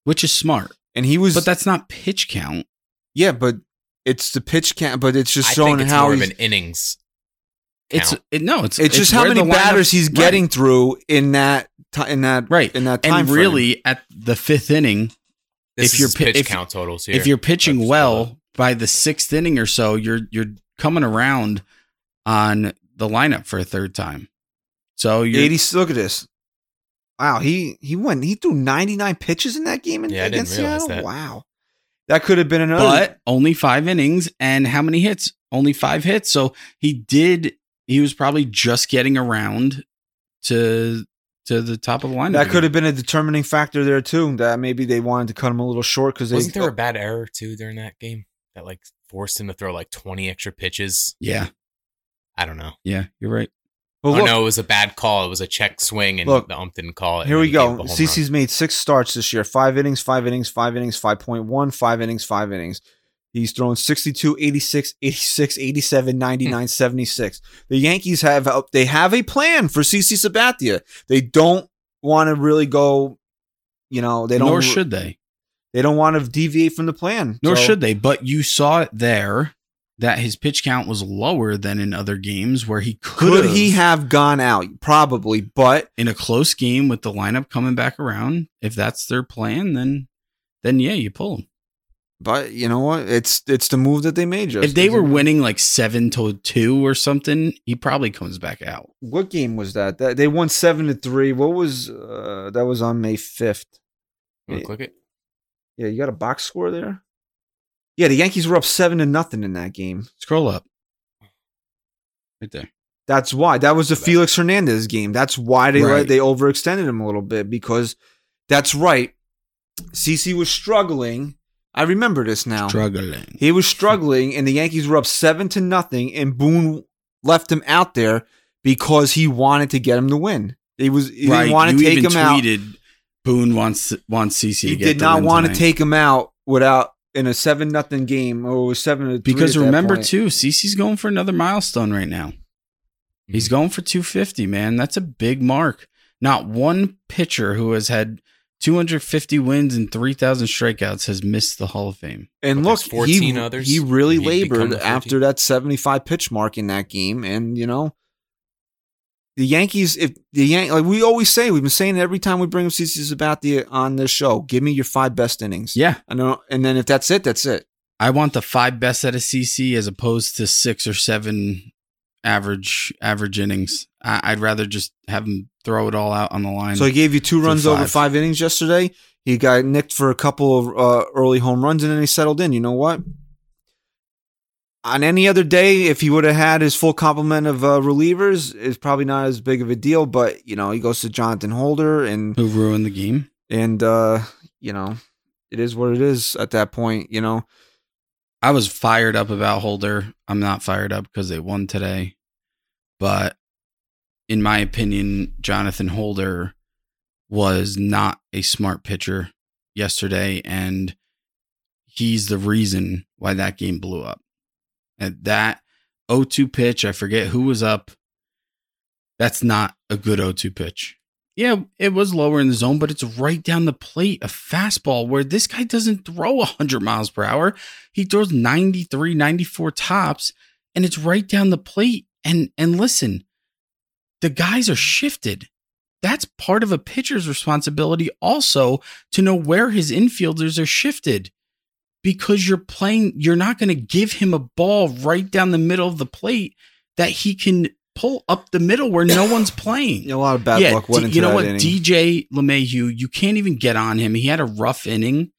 Which is smart. And he was, But that's not pitch count. yeah, but it's the pitch count, but it's just I showing think it's how more of he's- an innings. It's Count. it, no, it's it's, just how where many the lineup- batters he's Right. getting through in that ti in that Right. in that time And frame. really at the 5th inning, This If is you're his pi- pitch if- count totals here. if you're pitching That's well by the 6th inning or so, you're you're coming around on the lineup for a third time. So you're 80 look at this wow he he went he threw 99 pitches in that game in, Yeah, I didn't against realize seattle that. wow that could have been another but only five innings and how many hits? Only five hits. So he did. He was probably just getting around to to the top of the lineup. that could have been a determining factor there too that maybe they wanted to cut him a little short because wasn't they there a bad error too during that game that like forced him to throw like 20 extra pitches? Yeah, I don't know. yeah, you're right. But oh look, no, it was a bad call. It was a check swing, and Look, the ump didn't call it. and here then we he gave go up a home run. cc's made six starts this year five innings five innings five innings 5.1 five innings five innings he's thrown 62 86 86 87 Hmm. 99 76 the yankees have a- they have a plan for cc sabathia they don't want to really go you know they don't Nor should they. They don't want to deviate from the plan. Nor So- should they. But you saw it there that his pitch count was lower than in other games where he could Could he have gone out? Probably, but in a close game with the lineup coming back around. If that's their plan, then then yeah, you pull him. but you know what? It's it's the move that they made. Just if they were winning like seven to two or something, he probably comes back out. what game was that? That they won seven to three. What was uh, that? Was on May fifth. You wanna click it. Yeah, you got a box score there. Yeah, the Yankees were up seven to nothing in that game. Scroll up. Right there. That's why that was the Felix Hernandez game. That's why they Right. they overextended him a little bit because that's right. CC was struggling. I remember this now. Struggling. He was struggling, and the Yankees were up seven to nothing, and Boone left him out there because he wanted to get him to win. He was he didn't want to take him out. tweeted Boone wants wants CC He to get did the not win want to tonight. take him out without in a seven nothing game or it was seven to three because at that remember point. too, CC's going for another milestone right now. He's Hmm. going for 250, man. That's a big mark. Not one pitcher who has had 250 wins and 3,000 strikeouts has missed the Hall of Fame. and what, look there's he 14 others? he really He'd become labored the 14? after that seventy five pitch mark in that game, and you know. The Yankees, if the Yan- like we always say, we've been saying it every time we bring up CC's about the on this show. Give me your five best innings. Yeah, I know, and then if that's it, that's it. I want the five best out of CC as opposed to six or seven average average innings. I, I'd rather just have him throw it all out on the line. So he gave you two For runs over five. five innings yesterday. He got nicked for a couple of uh, early home runs, and then he settled in. You know what? On any other day, if he would have had his full complement of uh, relievers, it's probably not as big of a deal. But you know, he goes to Jonathan Holder, and who ruined the game? and uh, you know, it is what it is at that point. You know, I was fired up about Holder. I'm not fired up because they won today, but in my opinion, Jonathan Holder was not a smart pitcher yesterday, and he's the reason why that game blew up. At that 0-2 pitch, I forget who was up. That's not a good 0-2 pitch. Yeah, it was lower in the zone, but it's right down the plate, a fastball where this guy doesn't throw 100 miles per hour. He throws 93, 94 tops, and it's right down the plate. And and listen, the guys are shifted. That's part of a pitcher's responsibility also to know where his infielders are shifted because you're playing, you're not going to give him a ball right down the middle of the plate that he can pull up the middle where no one's playing a lot of bad luck went D- into you know that what? inning. DJ LeMahieu, you can't even get on him. He had a rough inning.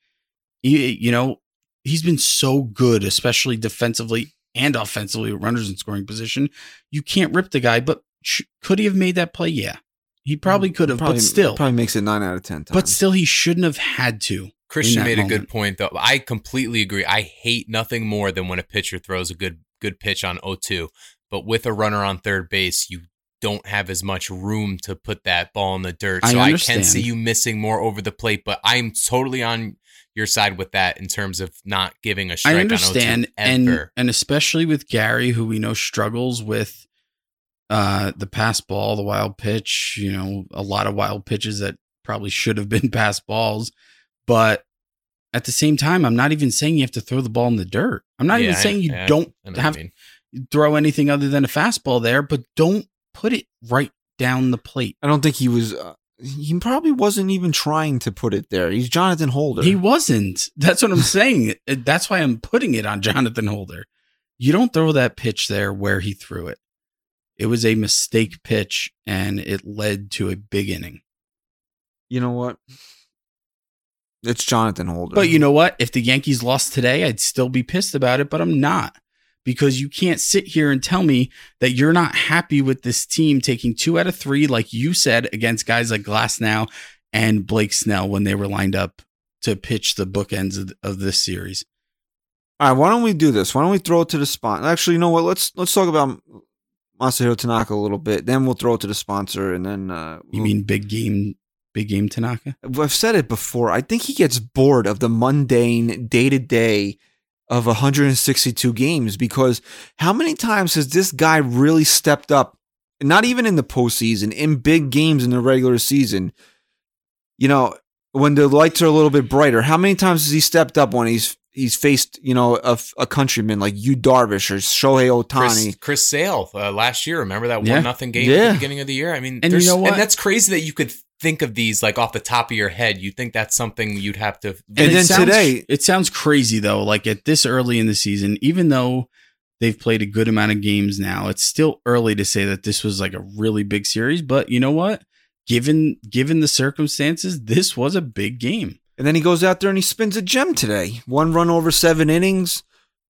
He- you know, he's been so good, especially defensively and offensively, with runners in scoring position. You can't rip the guy, but sh- could he have made that play? Yeah, he probably could have, Mm, probably, but still, probably makes it nine out of ten. Times. but still, he shouldn't have had to. Christian that made a good moment. point though. I completely agree. I hate nothing more than when a pitcher throws a good good pitch on 0-2, but with a runner on third base, you don't have as much room to put that ball in the dirt. I So I, can understand. see you missing more over the plate, but I'm totally on your side with that in terms of not giving a strike I on 0-2 understand, and ever. and especially with Gary, who we know struggles with uh, the pass ball, the wild pitch. You know, a lot of wild pitches that probably should have been pass balls, but at the same time, I'm not even saying you have to throw the ball in the dirt. I'm not Yeah, even I- saying you yeah, don't I know what you have mean. to throw anything other than a fastball there, but don't put it right down the plate. I don't think he was. Uh, he probably wasn't even trying to put it there. He's Jonathan Holder. He wasn't. That's what I'm saying. That's why I'm putting it on Jonathan Holder. You don't throw that pitch there where he threw it. It was a mistake pitch and it led to a big inning. you know what? It's Jonathan Holder. But you know what? If the Yankees lost today, I'd still be pissed about it, but I'm not because you can't sit here and tell me that you're not happy with this team taking two out of three, like you said, against guys like Glass now and Blake Snell when they were lined up to pitch the bookends of, of this series. All right, why don't we do this? Why don't we throw it to the sponsor? Actually, you know what? Let's let's talk about Masahiro Tanaka a little bit. Then we'll throw it to the sponsor, and then uh, You we'll- mean big game, big game Tanaka? I've said it before. I think he gets bored of the mundane day to day of 162 games because how many times has this guy really stepped up? Not even in the postseason, in big games in the regular season. You know, when the lights are a little bit brighter, how many times has he stepped up when he's he's faced you know a, a countryman like you Darvish or Shohei Otani? Chris, Chris Sale uh, last year. Remember that one Yeah. nothing game at Yeah. the beginning of the year? I mean, And there's- you know what? and that's crazy that you could think of these like off the top of your head. You think that's something you'd have to. And it then sounds- today- it sounds crazy though. Like at this early in the season, even though they've played a good amount of games now, it's still early to say that this was like a really big series. But you know what? Given given the circumstances, this was a big game. And then he goes out there and he spins a gem today. One run over seven innings.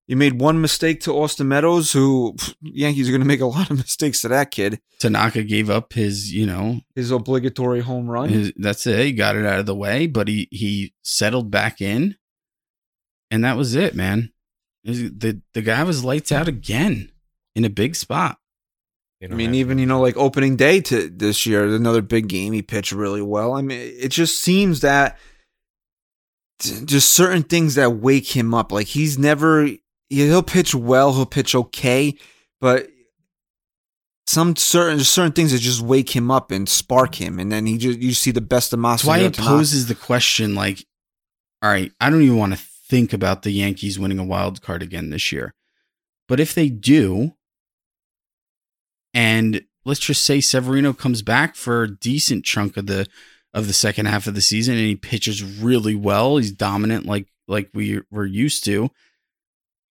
He made one mistake to Austin Meadows, who pff, Yankees are going to make a lot of mistakes to that kid. Tanaka gave up his, you know, His obligatory home run. his, that's it. He got it out of the way, but he he settled back in, and that was it, man. Is- The the guy was lights out again in a big spot. They I don't mean, have- even you know, like opening day to this year, another big game, he pitched really well. I mean, it just seems that t- just certain things that wake him up. Like he's never he- he'll pitch well, he'll pitch okay, but some certain just certain things that just wake him up and spark him, and then he just you see the best of That's why Masahiro it Tanaka. poses the question like, all right, I don't even want to think about the Yankees winning a wild card again this year. But if they do, and let's just say Severino comes back for a decent chunk of the of the second half of the season and he pitches really well, he's dominant like like we were used to.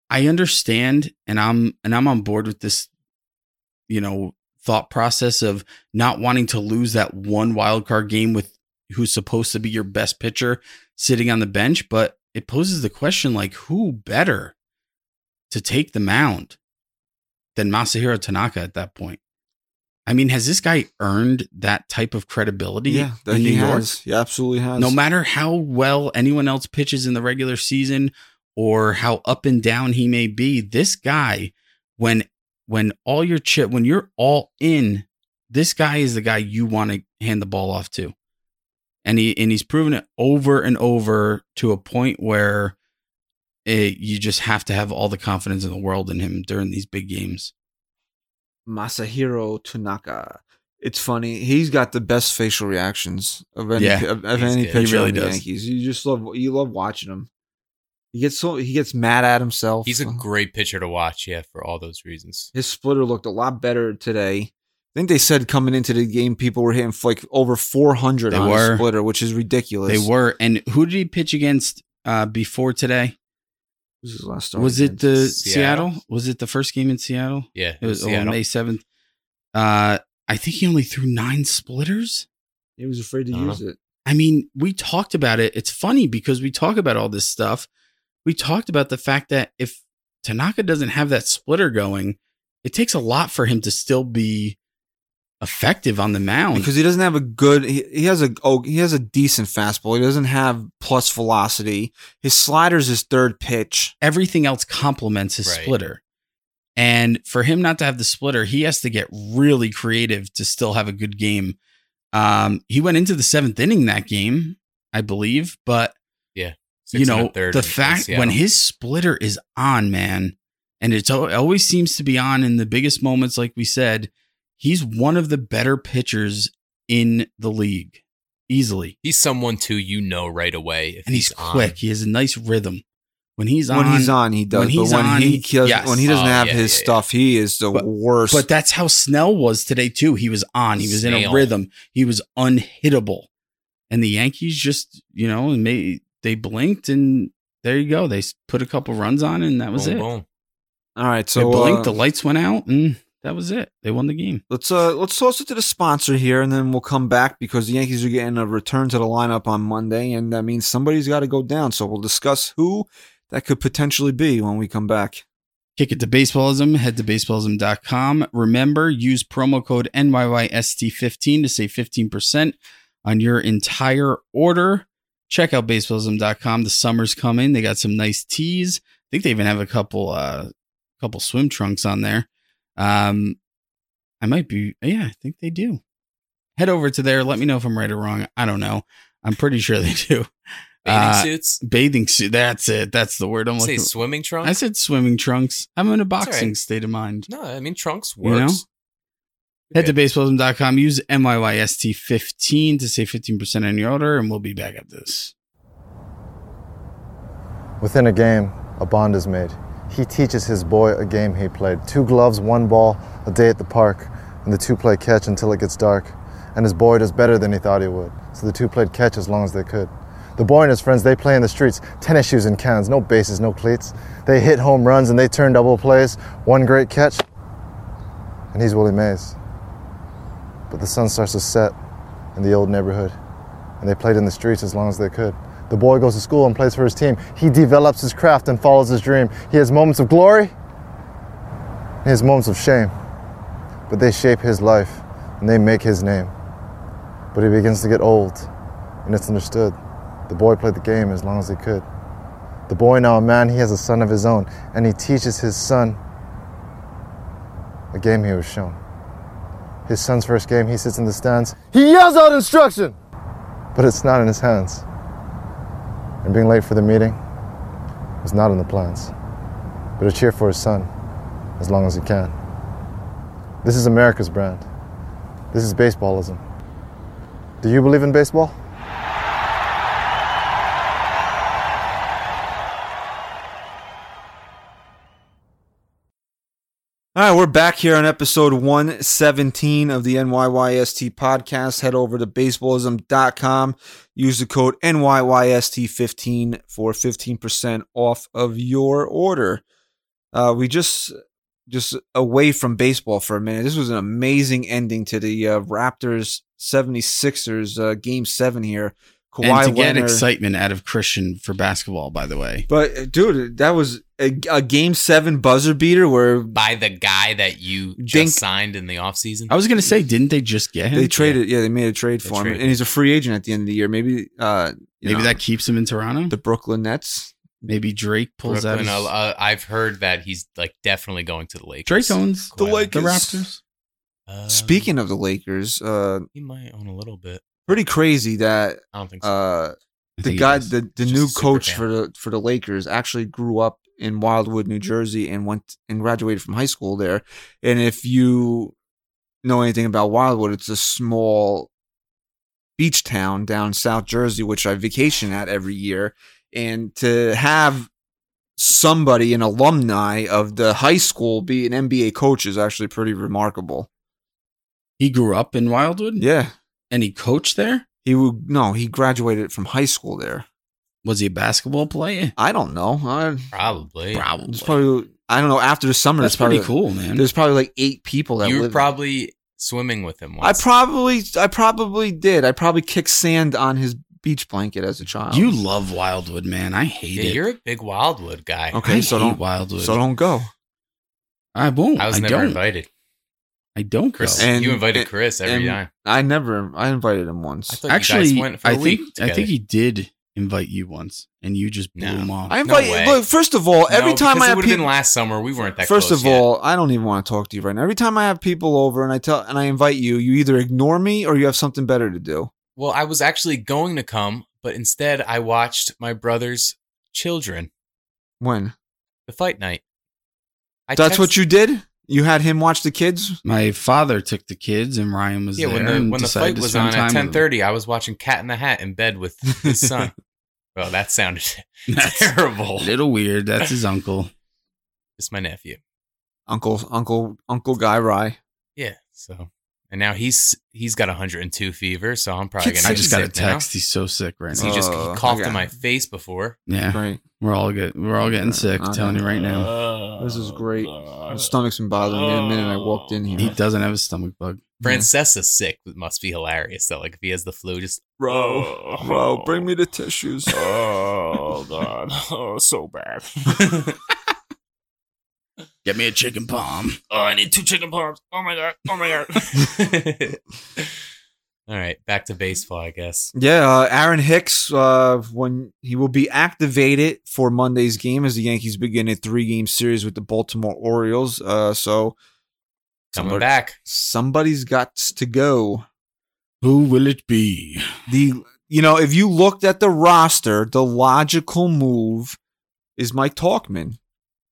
I understand and I'm and I'm on board with this you know thought process of not wanting to lose that one wild card game with who's supposed to be your best pitcher sitting on the bench, but it poses the question like who better to take the mound than Masahiro Tanaka at that point? I mean, has this guy earned that type of credibility yeah, that in he New York? has. He absolutely has. No matter how well anyone else pitches in the regular season or how up and down he may be, this guy, when when all your chip, when you're all in, this guy is the guy you want to hand the ball off to. And he and he's proven it over and over to a point where it, you just have to have all the confidence in the world in him during these big games. Masahiro Tanaka. It's funny. He's got the best facial reactions of any Yeah, of, of he's any good. pitcher He really on the does. Yankees. You just love you love watching him. He gets so he gets mad at himself. he's a great pitcher to watch. Yeah, for all those reasons. His splitter looked a lot better today. I think they said coming into the game, people were hitting like over 400 They on were. his splitter, which is ridiculous. They were. And who did he pitch against uh, before today? This is his last start Was it against- the Seattle? Seattle? Was it the first game in Seattle? Yeah, It was on Seattle. May seventh. Uh, I think he only threw nine splitters. He was afraid to I don't use it. I mean, we talked about it. It's funny because we talk about all this stuff. We talked about the fact that if Tanaka doesn't have that splitter going, it takes a lot for him to still be effective on the mound. because he doesn't have a good he, he has a oh he has a decent fastball he doesn't have plus velocity his slider's his third pitch everything else complements his Right. splitter. And for him not to have the splitter, he has to get really creative to still have a good game. Um, he went into the seventh inning that game, I believe, but Six you and a know third the in- in fact Seattle. when his splitter is on, man, and it's al- it always seems to be on in the biggest moments. Like we said, he's one of the better pitchers in the league, easily, he's someone too, you know right away. If and he's, on. quick. He has a nice rhythm when he's when on. he's on he does when he's but when on, he he- doesn't, yes. when he doesn't Oh, have yeah, his yeah, yeah. stuff he is the But- worst But that's how Snell was today too. He was on. He was in a Snail. rhythm. He was unhittable. And the Yankees just, you know, and they they blinked and there you go. They s- put a couple runs on and that was Boom, it. boom. all right They so blinked, uh, the lights went out, and that was it. They won the game. Let's uh let's toss it to the sponsor here, and then we'll come back because the Yankees are getting a return to the lineup on Monday, and that means somebody's got to go down. So we'll discuss who that could potentially be when we come back. Kick it to baseballism. Head to baseballism.com. Remember, use promo code NYYST15 to save 15% on your entire order. Check out baseballism.com. The summer's coming. They got some nice tees. I think they even have a couple uh couple swim trunks on there. Um I might be yeah, I think they do. Head over to there. Let me know if I'm right or wrong. I don't know. I'm pretty sure they do. Bathing Uh, suits. Bathing suit. That's it. That's the word I'm Say looking swimming trunks. I said swimming trunks. I'm in a all right. boxing state of mind. no, I mean trunks You know? works. Head to baseballism.com, use MYYST15 to save 15% on your order, and we'll be back at this. Within a game, a bond is made. He teaches his boy a game he played. Two gloves, one ball, a day at the park, and the two play catch until it gets dark. And his boy does better than he thought he would, so the two played catch as long as they could. The boy and his friends, they play in the streets, tennis shoes and cans, no bases, no cleats. They hit home runs and they turn double plays, one great catch, and he's Willie Mays. But the sun starts to set in the old neighborhood, and they played in the streets as long as they could. The boy goes to school and plays for his team. He develops his craft and follows his dream. He has moments of glory, he has moments of shame, but they shape his life and they make his name. But he begins to get old, and it's understood. The boy played the game as long as he could. The boy, now a man, he has a son of his own, and he teaches his son a game he was shown. His son's first game, he sits in the stands. He yells out instruction, but it's not in his hands and being late for the meeting was not in the plans, but a cheer for his son as long as he can. This is America's brand. This is baseballism. Do you believe in baseball? All right, we're back here on episode 117 of the NYYST podcast. Head over to baseballism.com. Use the code NYYST15 for 15% off of your order. Uh, we just just away from baseball for a minute. This was an amazing ending to the uh, Raptors 76ers uh, game 7 here. and to get Leonard- excitement out of Christian for basketball, by the way. But uh, dude, that was a, a game 7 buzzer beater where By the guy that you just Dink. signed in the offseason. I was going to say, didn't they just get him? They traded, yeah. They made a trade They for him, traded. and he's a free agent at the end of the year. Maybe, uh, you Maybe know, that keeps him in Toronto. the Brooklyn Nets. Maybe Drake pulls Brooklyn, out his, uh, I've heard that he's like definitely going to the Lakers. Drake owns The the, Lakers. Raptors. Uh, Speaking of the Lakers, uh, he might own a little bit. pretty crazy that I don't think so. uh, I the think he guy, does. the, the Just new a super coach fan. for the for the Lakers, actually grew up in Wildwood, New Jersey, and went and graduated from high school there. And if you know anything about Wildwood, it's a small beach town down South Jersey, which I vacation at every year. And to have somebody, an alumni of the high school, be an NBA coach is actually pretty remarkable. he grew up in Wildwood Yeah. and he coached there. He would, no, he graduated from high school there. Was he a basketball player? I don't know. I, probably. Probably. it's probably, I don't know. After the summer, That's it's probably, pretty cool, man. There's probably like eight people that you were live- probably swimming with him I once. probably, I probably did. I probably kicked sand on his beach blanket as a child. You love Wildwood, man. I hate Um, yeah, it. you're a big Wildwood guy. okay? I so hate don't, Wildwood. so don't go. I won't. I was never don't. invited. I don't go. Chris, And- you invited and- Chris and every time. I never. I invited him once. I I, thought you Actually, guys went for a I think week I together. think he did invite you once, and you just blew No. him off. no invite. way. look, first of all, every No, time because I it have would have been people. last summer, we weren't that First close of yet. all, I don't even want to talk to you right now. Every time I have people over and I tell and I invite you, you either ignore me or you have something better to do. Well, I was actually going to come, but instead I watched my brother's children, When? the fight night. I That's text- what you did. You had him watch the kids. My father took the kids, and Ryan was Yeah, there. when the and when the decided fight to was spend on time at with him. ten thirty, I was watching Cat in the Hat in bed with his son. well, that sounded That's terrible. a little weird. That's his uncle. It's my nephew. Uncle, Uncle, Uncle Guy Rye. Yeah. So and now he's he's got 102 fever, so I'm probably Kids- gonna. I be just got a sick now. text. He's so sick right 'Cause now. He just he Oh, coughed okay. in my face before. yeah, Great. we're all get we're all Uh, getting sick. Okay. Telling you right now, Uh, This is great. God. My stomach's been bothering me the minute I walked in he here. doesn't have a stomach bug. Francesa's sick. It must be hilarious though. Like if he has the flu, just Bro, bro, bring me the tissues. Oh god. Oh, so bad. Get me a chicken palm. Oh, I need two chicken palms. Oh my god. Oh my god. all right. Back to baseball, I guess. Yeah, uh, Aaron Hicks. Uh, when he will be activated for Monday's game as the Yankees begin a three-game series with the Baltimore Orioles. Uh, so Coming back. somebody's got to go. Who will it be? The you know if you looked at the roster, the logical move is Mike Talkman.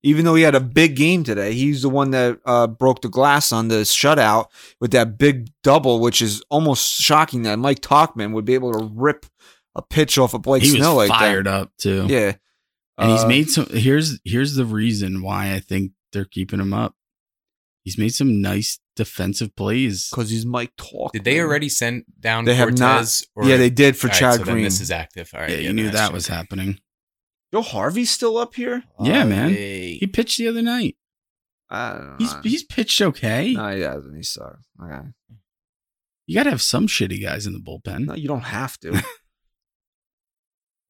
Even though he had a big game today, he's the one that uh, broke the glass on the shutout with that big double, which is almost shocking that Mike Talkman would be able to rip a pitch off of Blake he Snell was like that. fired up too. Yeah. and he's Uh, made some. Here's here's the reason why I think they're keeping him up. He's made some nice defensive plays. because he's Mike Talk. Did they already send down They have Cortez? not. yeah, they did for All right, Chad so then Green. This is active. All right. yeah, you knew that's that true. was happening. Joe Harvey's still up here. Yeah, man. Hey. He pitched the other night. I don't know. He's he's pitched okay. no, he hasn't. He sucks. Okay. You got to have some shitty guys in the bullpen. Hmm? No, you don't have to.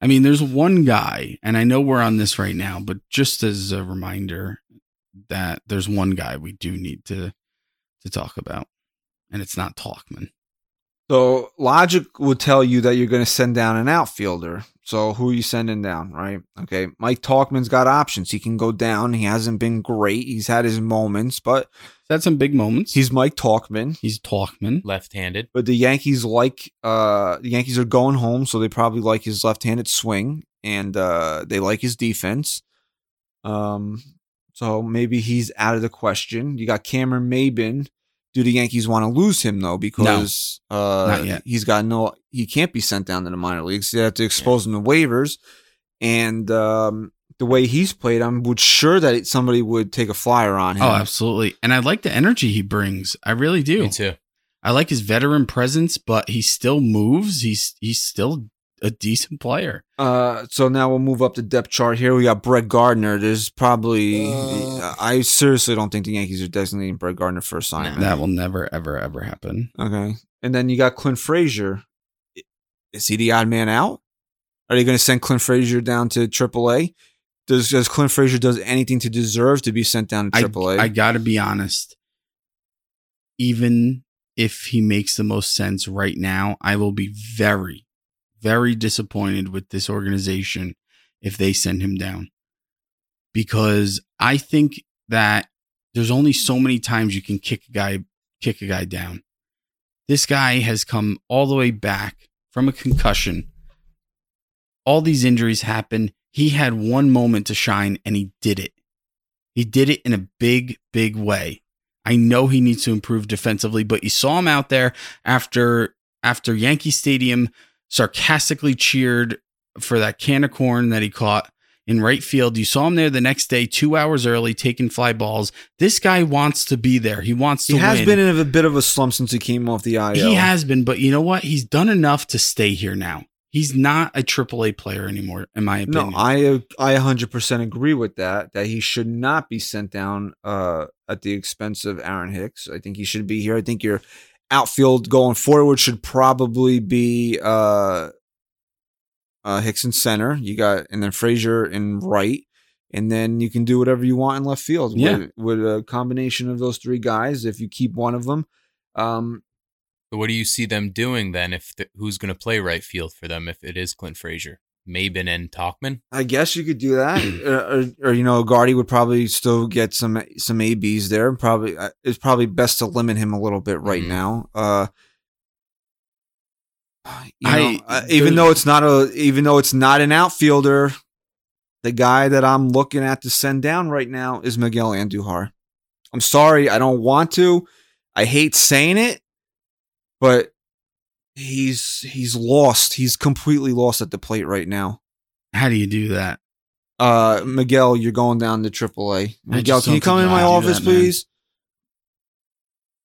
I mean, there's one guy, and I know we're on this right now, but just as a reminder that there's one guy we do need to to talk about, and it's not Talkman. so logic would tell you that you're going to send down an outfielder. So who are you sending down, right? Okay. Mike Talkman's got options. He can go down. He hasn't been great. He's had his moments, but He's had some big moments. he's Mike Talkman. he's Talkman. left-handed. But the Yankees like uh the Yankees are going home, so they probably like his left-handed swing and uh they like his defense. Um so maybe he's out of the question. You got Cameron Maben. Do the Yankees want to lose him though? Because uh not yet. he's got no he can't be sent down to the minor leagues. They have to expose him to waivers. And um the way he's played, I'm would sure that somebody would take a flyer on him. Oh, absolutely. And I like the energy he brings. I really do. Me too. I like his veteran presence, but he still moves. He's he's still a decent player. Uh, so now we'll move up the depth chart here. We got Brett Gardner. There's probably I seriously don't think the Yankees are designating Brett Gardner for assignment. That will never, ever, ever happen. okay. And then you got Clint Frazier. I- Is he the odd man out? Are they going to send Clint Frazier down to AAA? Does does Clint Frazier does anything to deserve to be sent down to I, AAA? I gotta be honest. Even if he makes the most sense right now, I will be very, very disappointed with this organization if they send him down. Because I think that there's only so many times you can kick a guy kick a guy down. This guy has come all the way back from a concussion. All these injuries happen. He had one moment to shine and he did it. He did it in a big, big way. I know he needs to improve defensively, but you saw him out there after after Yankee Stadium sarcastically cheered for that can of corn that he caught in right field. You saw him there the next day, two hours early, taking fly balls. This guy wants to be there. He wants to he has win. been in a bit of a slump since he came off the IL. He has been, but you know what? He's done enough to stay here now. He's not a AAA player anymore, in my opinion. No, I uh, I 100% agree with that. That he should not be sent down uh, at the expense of Aaron Hicks. I think he should be here. I think your outfield going forward should probably be uh, uh, Hicks in center. You got and then Frazier in right, and then you can do whatever you want in left field Yeah. with, with a combination of those three guys. If you keep one of them, um, So what do you see them doing then? If the, who's going to play right field for them? If it is Clint Frazier, Maben and Talkman, I guess you could do that, or, or, or you know, Guardy would probably still get some some abs there. Probably uh, it's probably best to limit him a little bit right Mhm. now. Uh, you I- know, uh, even there's- though it's not a even though it's not an outfielder, the guy that I'm looking at to send down right now is Miguel Andujar. I'm sorry, I don't want to. I hate saying it, but he's he's lost. He's completely lost at the plate right now How do you do that? uh Miguel, you're going down to AAA. Miguel, just can you don't come think in my I'll do office, that, man. please?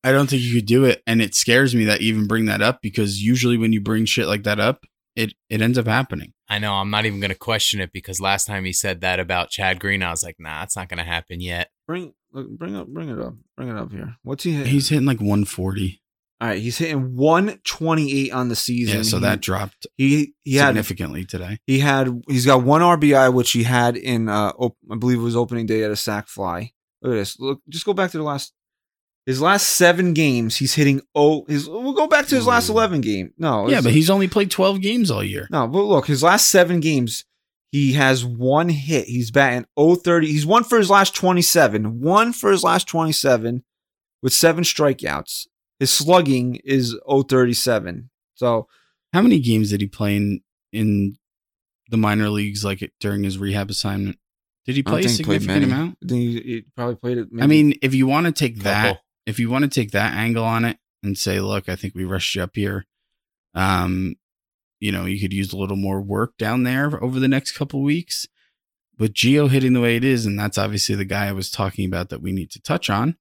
I don't think you could do it, and it scares me that you even bring that up because usually when you bring shit like that up, it it ends up happening. I know I'm not even going to question it because last time he said that about Chad Green, I was like, nah, it's not going to happen yet. Bring look, bring up bring it up. Bring it up here. What's he hitting? He's hitting like 140. All right, he's hitting 128 on the season. Yeah, so he, that dropped he he had significantly today. he had he's got one RBI which he had in uh op- I believe it was opening day at a sac fly. Look at this. Look, just go back to the last his last 7 games, he's hitting oh his we'll go back to his last Ooh. 11 game. No. Yeah, it's- but he's only played 12 games all year. Oh, No, but look, his last seven games, he has one hit. He's batting 030. He's one for his last 27. One for his last 27 with seven strikeouts. His slugging is 037. So How many games did he play in in the minor leagues like during his rehab assignment? Did he play a significant amount? I think he, he probably played it. I mean, if you want to take that Couple. if you want to take that angle on it and say, look, I think we rushed you up here. Um, you know, you could use a little more work down there over the next couple weeks. But Geo hitting the way it is, and that's obviously the guy I was talking about that we need to touch on.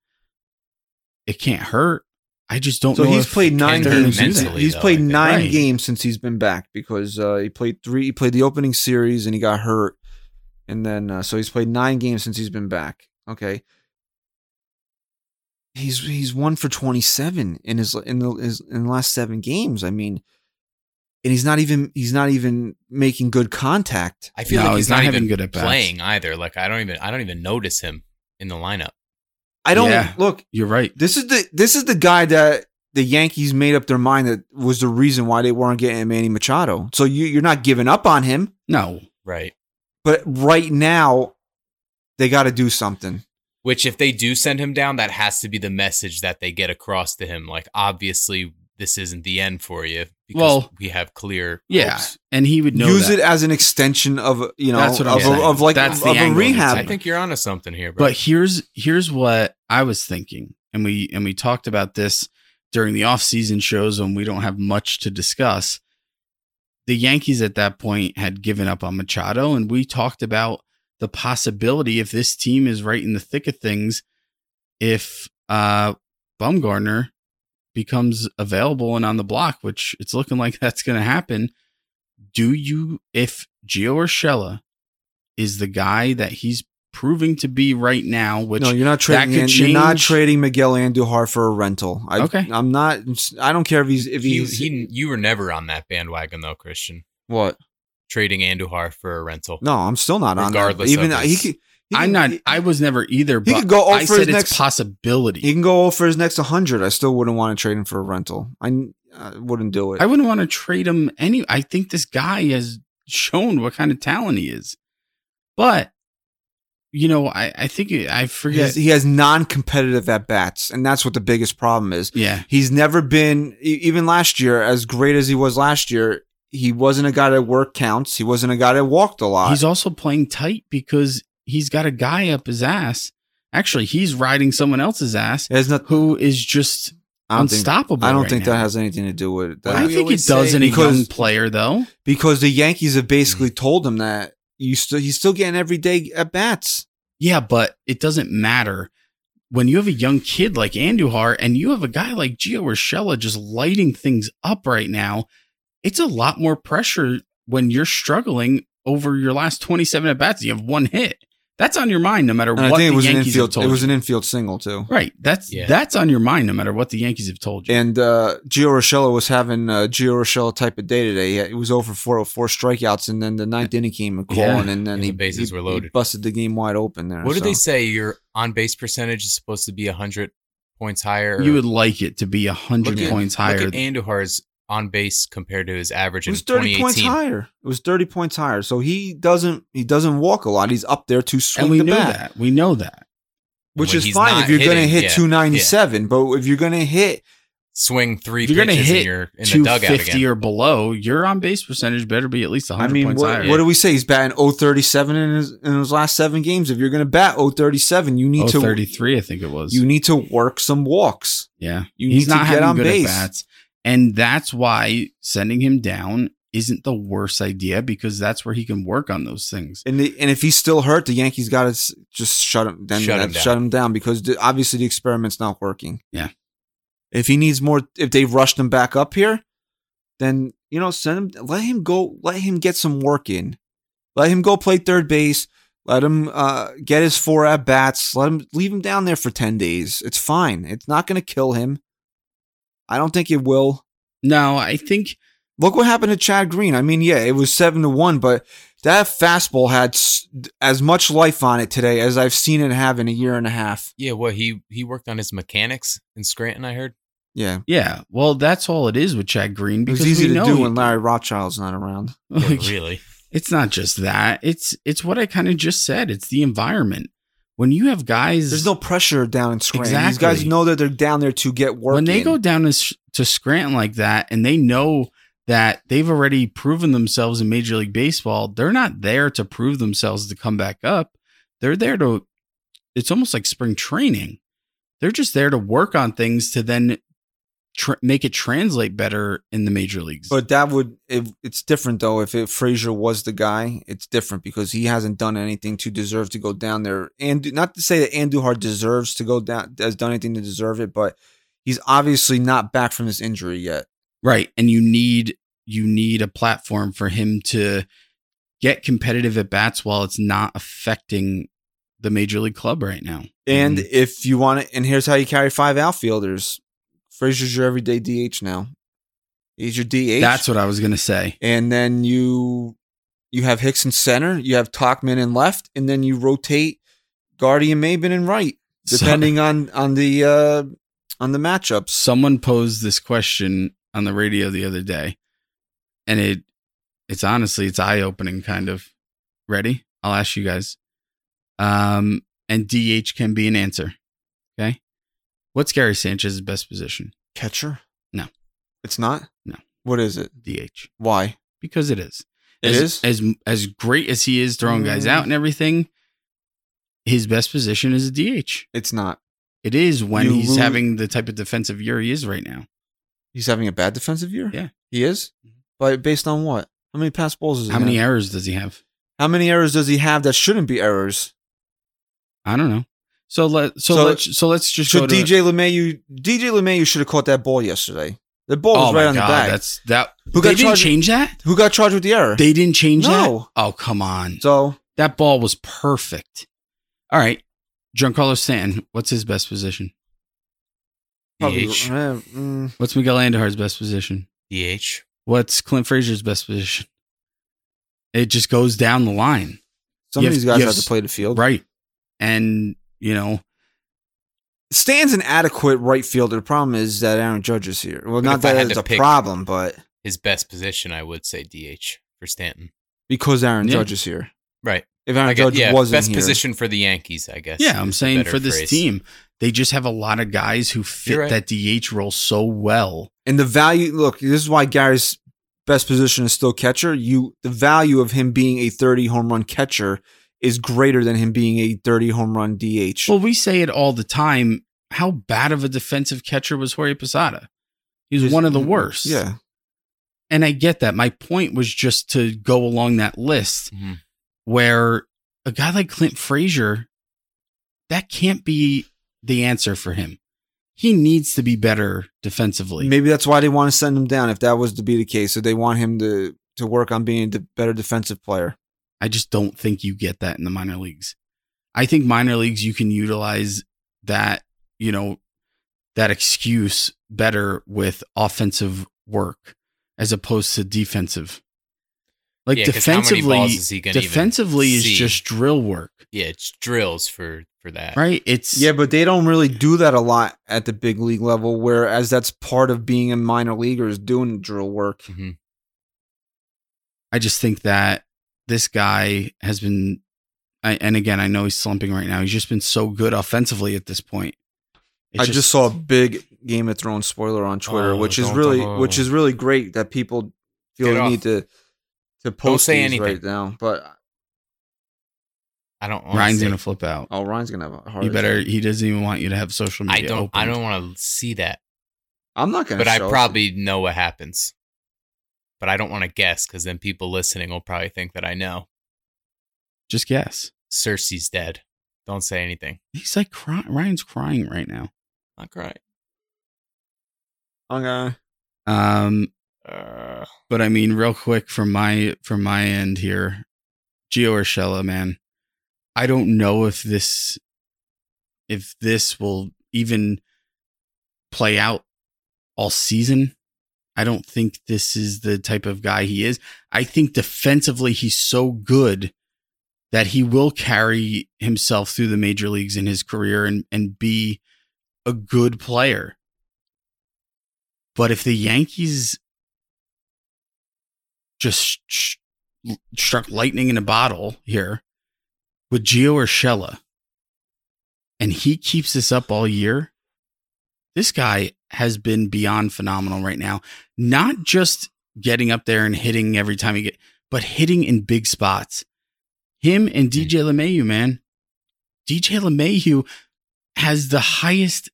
It can't hurt. I just don't so know. he's if played it nine can hurt games. him. Since, mentally, he's though, played I think. nine Right. games since he's been back because uh, he played three. He played the opening series and he got hurt, and then uh, so he's played nine games since he's been back. Okay, he's he's one for twenty seven in his in the his, in the last seven games. I mean, and he's not even he's not even making good contact. I feel No, like he's, he's not, not having even good at-bats. playing either. Like I don't even I don't even notice him in the lineup. I don't Yeah. look. You're right. This is the this is the guy that the Yankees made up their mind that was the reason why they weren't getting Manny Machado. So you you're not giving up on him, No. Right. but right now they got to do something. Which, if they do send him down, that has to be the message that they get across to him. Like, obviously, this isn't the end for you. Because Well, we have clear. Yeah. hopes. And he would know Use that. it as an extension of you know That's what I'm of, saying. a, of like That's of, the a angle we rehab. I think you're onto something here, bro. But here's here's what I was thinking, and we and we talked about this during the off season shows when we don't have much to discuss. The Yankees at that point had given up on Machado, and we talked about the possibility if this team is right in the thick of things, if uh Bumgarner becomes available and on the block, which it's looking like that's gonna happen. Do you if Gio Urshela is the guy that he's proving to be right now, which no, you're not trading. could An- you're not change. trading Miguel Andujar for a rental. I, Okay. I'm not. I don't care if he's if he, he's he, you were never on that bandwagon, though, Christian. what. Trading Andujar for a rental. No, I'm still not on. that. Regardless of even he his- could. he I'm could- not. I was never either. But could go all I for said his it's next- possibility. He can go for his next 100. I still wouldn't want to trade him for a rental. I uh, wouldn't do it. I wouldn't want to trade him any. I think this guy has shown what kind of talent he is. But you know, I I think it, I He forget. has- he has non-competitive at bats, and that's what the biggest problem is. yeah, He's never been e- even last year as great as he was last year. He wasn't a guy that worked counts. He wasn't a guy that walked a lot. he's also playing tight because he's got a guy up his ass. Actually, he's riding someone else's ass It has not, who is just I don't think, unstoppable. I don't right think now. that has anything to do with Well, I that we think it always does say- in a young because- player though. because the Yankees have Mm. basically told him that you still he's still getting every day at bats. Yeah, but it doesn't matter when you have a young kid like Andujar and you have a guy like Gio Urshela just lighting things up right now. It's a lot more pressure when you're struggling over your last 27 at bats. You have one hit. That's on your mind no matter And I what think the it was Yankees an have infield. told It was you. an infield single too. right. That's Yeah. that's on your mind no matter what the Yankees have told you. And uh, Gio Rochella was having a Gio Rochella type of day today. He- He was over four four strikeouts, and then the ninth inning came a call, Yeah. and then And the he, bases he- were he loaded. busted the game wide open there. What did so. they say? Your on base percentage is supposed to be hundred points higher. you would like it to be a hundred Look at- points higher. Look at Andujar's on base compared to his average It in was thirty points 2018. higher. It was thirty points higher. So he doesn't he doesn't walk a lot. He's up there to swing and we the knew bat, that. We know that. which When is he's fine not if you're going to hitting, hit yeah, two ninety seven. But if you're going to hit Swing three If you're gonna pitches hit in, your, in the Two dugout again. fifty or below, your on base percentage better be at least I hundred mean, points what, higher. what do we say? He's batting 037 in his, in his last seven games. If you're going to bat 037, you need oh, to 33, I think it was. you need to work some walks. yeah, you he's need to get not having on good base. at bats, and that's why sending him down isn't the worst idea because that's where he can work on those things. And the, and if he's still hurt, the Yankees got to just shut him then Shut shut, him him, down. shut him down because the, obviously the experiment's not working. Yeah. If he needs more, if they rushed him back up here, then you know send him, let him go, let him get some work in, let him go play third base, let him uh, get his four at bats, let him leave him down there for ten days. It's fine. It's not going to kill him. I don't think it will. No, I think Look what happened to Chad Green. I mean, yeah, it was seven to one, but that fastball had s- as much life on it today as I've seen it have in a year and a half. Yeah, well, he he worked on his mechanics in Scranton. I heard. Yeah, yeah. Well, that's all it is with Chad Green it because was easy we to know do he- when Larry Rothschild's not around. Yeah, Like, really. it's not just that. It's it's what I kind of just said. It's the environment. When you have guys There's no pressure down in Scranton. These guys Exactly. know that they're down there to get work. when they in. go down to, Sh- to Scranton like that, and they know that they've already proven themselves in Major League Baseball, they're not there to prove themselves to come back up. They're there to. It's almost like spring training. They're just there to work on things to then tr make it translate better in the major leagues. but that would it, it's different though. If it, Frazier was the guy, it's different because he hasn't done anything to deserve to go down there. And not to say that Andujar deserves to go down, has done anything to deserve it, but he's obviously not back from this injury yet. right, and you need you need a platform for him to get competitive at bats while it's not affecting the major league club right now. And Mm-hmm. if you want to, and here's how you carry five outfielders. Frazier's your everyday DH now. He's your DH. that's what I was gonna say. and then you you have Hicks in center, you have Talkman in left, and then you rotate Guardian Maben in right, So- depending on on the uh on the matchups. someone posed this question on the radio the other day and it it's honestly it's eye-opening kind of ready i'll ask you guys um and dh can be an answer okay what's gary sanchez's best position Catcher? No. It's not? No. What is it? dh Why? because it is It as, is? Mm. as as great as he is throwing guys out and everything his best position is a dh It's not. it is when You he's lose- having the type of defensive year he is right now He's having a bad defensive year? Yeah. Mm-hmm. He is? But based on what? How many pass balls is he how many have? errors does he have How many errors does he have that shouldn't be errors? I don't know. So let so, So- let's so let's just go Should to DJ LeMayu DJ LeMayu should have caught that ball yesterday. The ball was Oh right my on the god, back. that's that. Who they got didn't charged- change that. Who got charged with the error? They didn't change No. that. Oh come on, so that ball was perfect. All right, Giancarlo Stanton. What's his best position? probably, DH. eh, mm, What's Miguel Andujar's best position? DH. What's Clint Frazier's best position? It just goes down the line, some You of have- these guys you have have to play the field. right? And you know, Stan's an adequate right fielder. The problem is that Aaron Judge is here. Well, But not if I that had it's to a pick- problem, but His best position, I would say, DH for Stanton. because Aaron Yeah. uh, Judge is here. Right. If Aaron I guess, Judge yeah, wasn't best here, position for the Yankees, I guess. yeah, I'm is the saying better for this phrase. team, they just have a lot of guys who fit You're right. that DH role so well. and the value. Look, this is why Gary's best position is still catcher. You, the value of him being a 30 home run catcher is greater than him being a 30 home run DH. Well, we say it all the time. How bad of a defensive catcher was Jorge Posada? He was He's- one of the worst. Yeah. And I get that. My point was just to go along that list Mhm. where a guy like Clint Frazier, that can't be the answer for him. He needs to be better defensively. Maybe that's why they want to send him down if that was to be the case. So they want him to to work on being a de- better defensive player. I just don't think you get that in the minor leagues. I think minor leagues you can utilize that, you know, that excuse better with offensive work as opposed to defensive. Like Yeah, 'cause how many defensively, balls is he gonna even defensively is see? just drill work, Yeah, it's drills for for that. right? It's Yeah, but they don't really do that a lot at the big league level, whereas that's part of being a minor leaguer is doing drill work. Mm-hmm. Mhm. I just think that this guy has been, I, and again, I know he's slumping right now. He's just been so good offensively at this point. It's I just, saw a big Game of Thrones spoiler on Twitter, Oh, which is don't- really oh. which is really great that people feel Get the off. need to to post say these anything. right now. But I don't. wanna Ryan's see- gonna flip out. oh, Ryan's gonna have a hard. He better. He doesn't even want you to have social I media. don't. Open. I don't want to see that. I'm not gonna. But show I it to you. probably know what happens. But I don't want to guess because then people listening will probably think that I know. Just guess. Cersei's dead. Don't say anything. He's like crying. Ryan's crying right now. Not cry. I'm gonna. Um, Uh, but I mean, real quick from my from my end here, Gio Urshela, man, I don't know if this if this will even play out all season. I don't think this is the type of guy he is. I think defensively he's so good that he will carry himself through the major leagues in his career and and be a good player. But if the Yankees just sh- struck lightning in a bottle here with Gio Urshela, and he keeps this up all year. This guy has been beyond phenomenal right now. Not just getting up there and hitting every time he get, but hitting in big spots. Him and DJ LeMahieu, man. DJ LeMahieu has the highest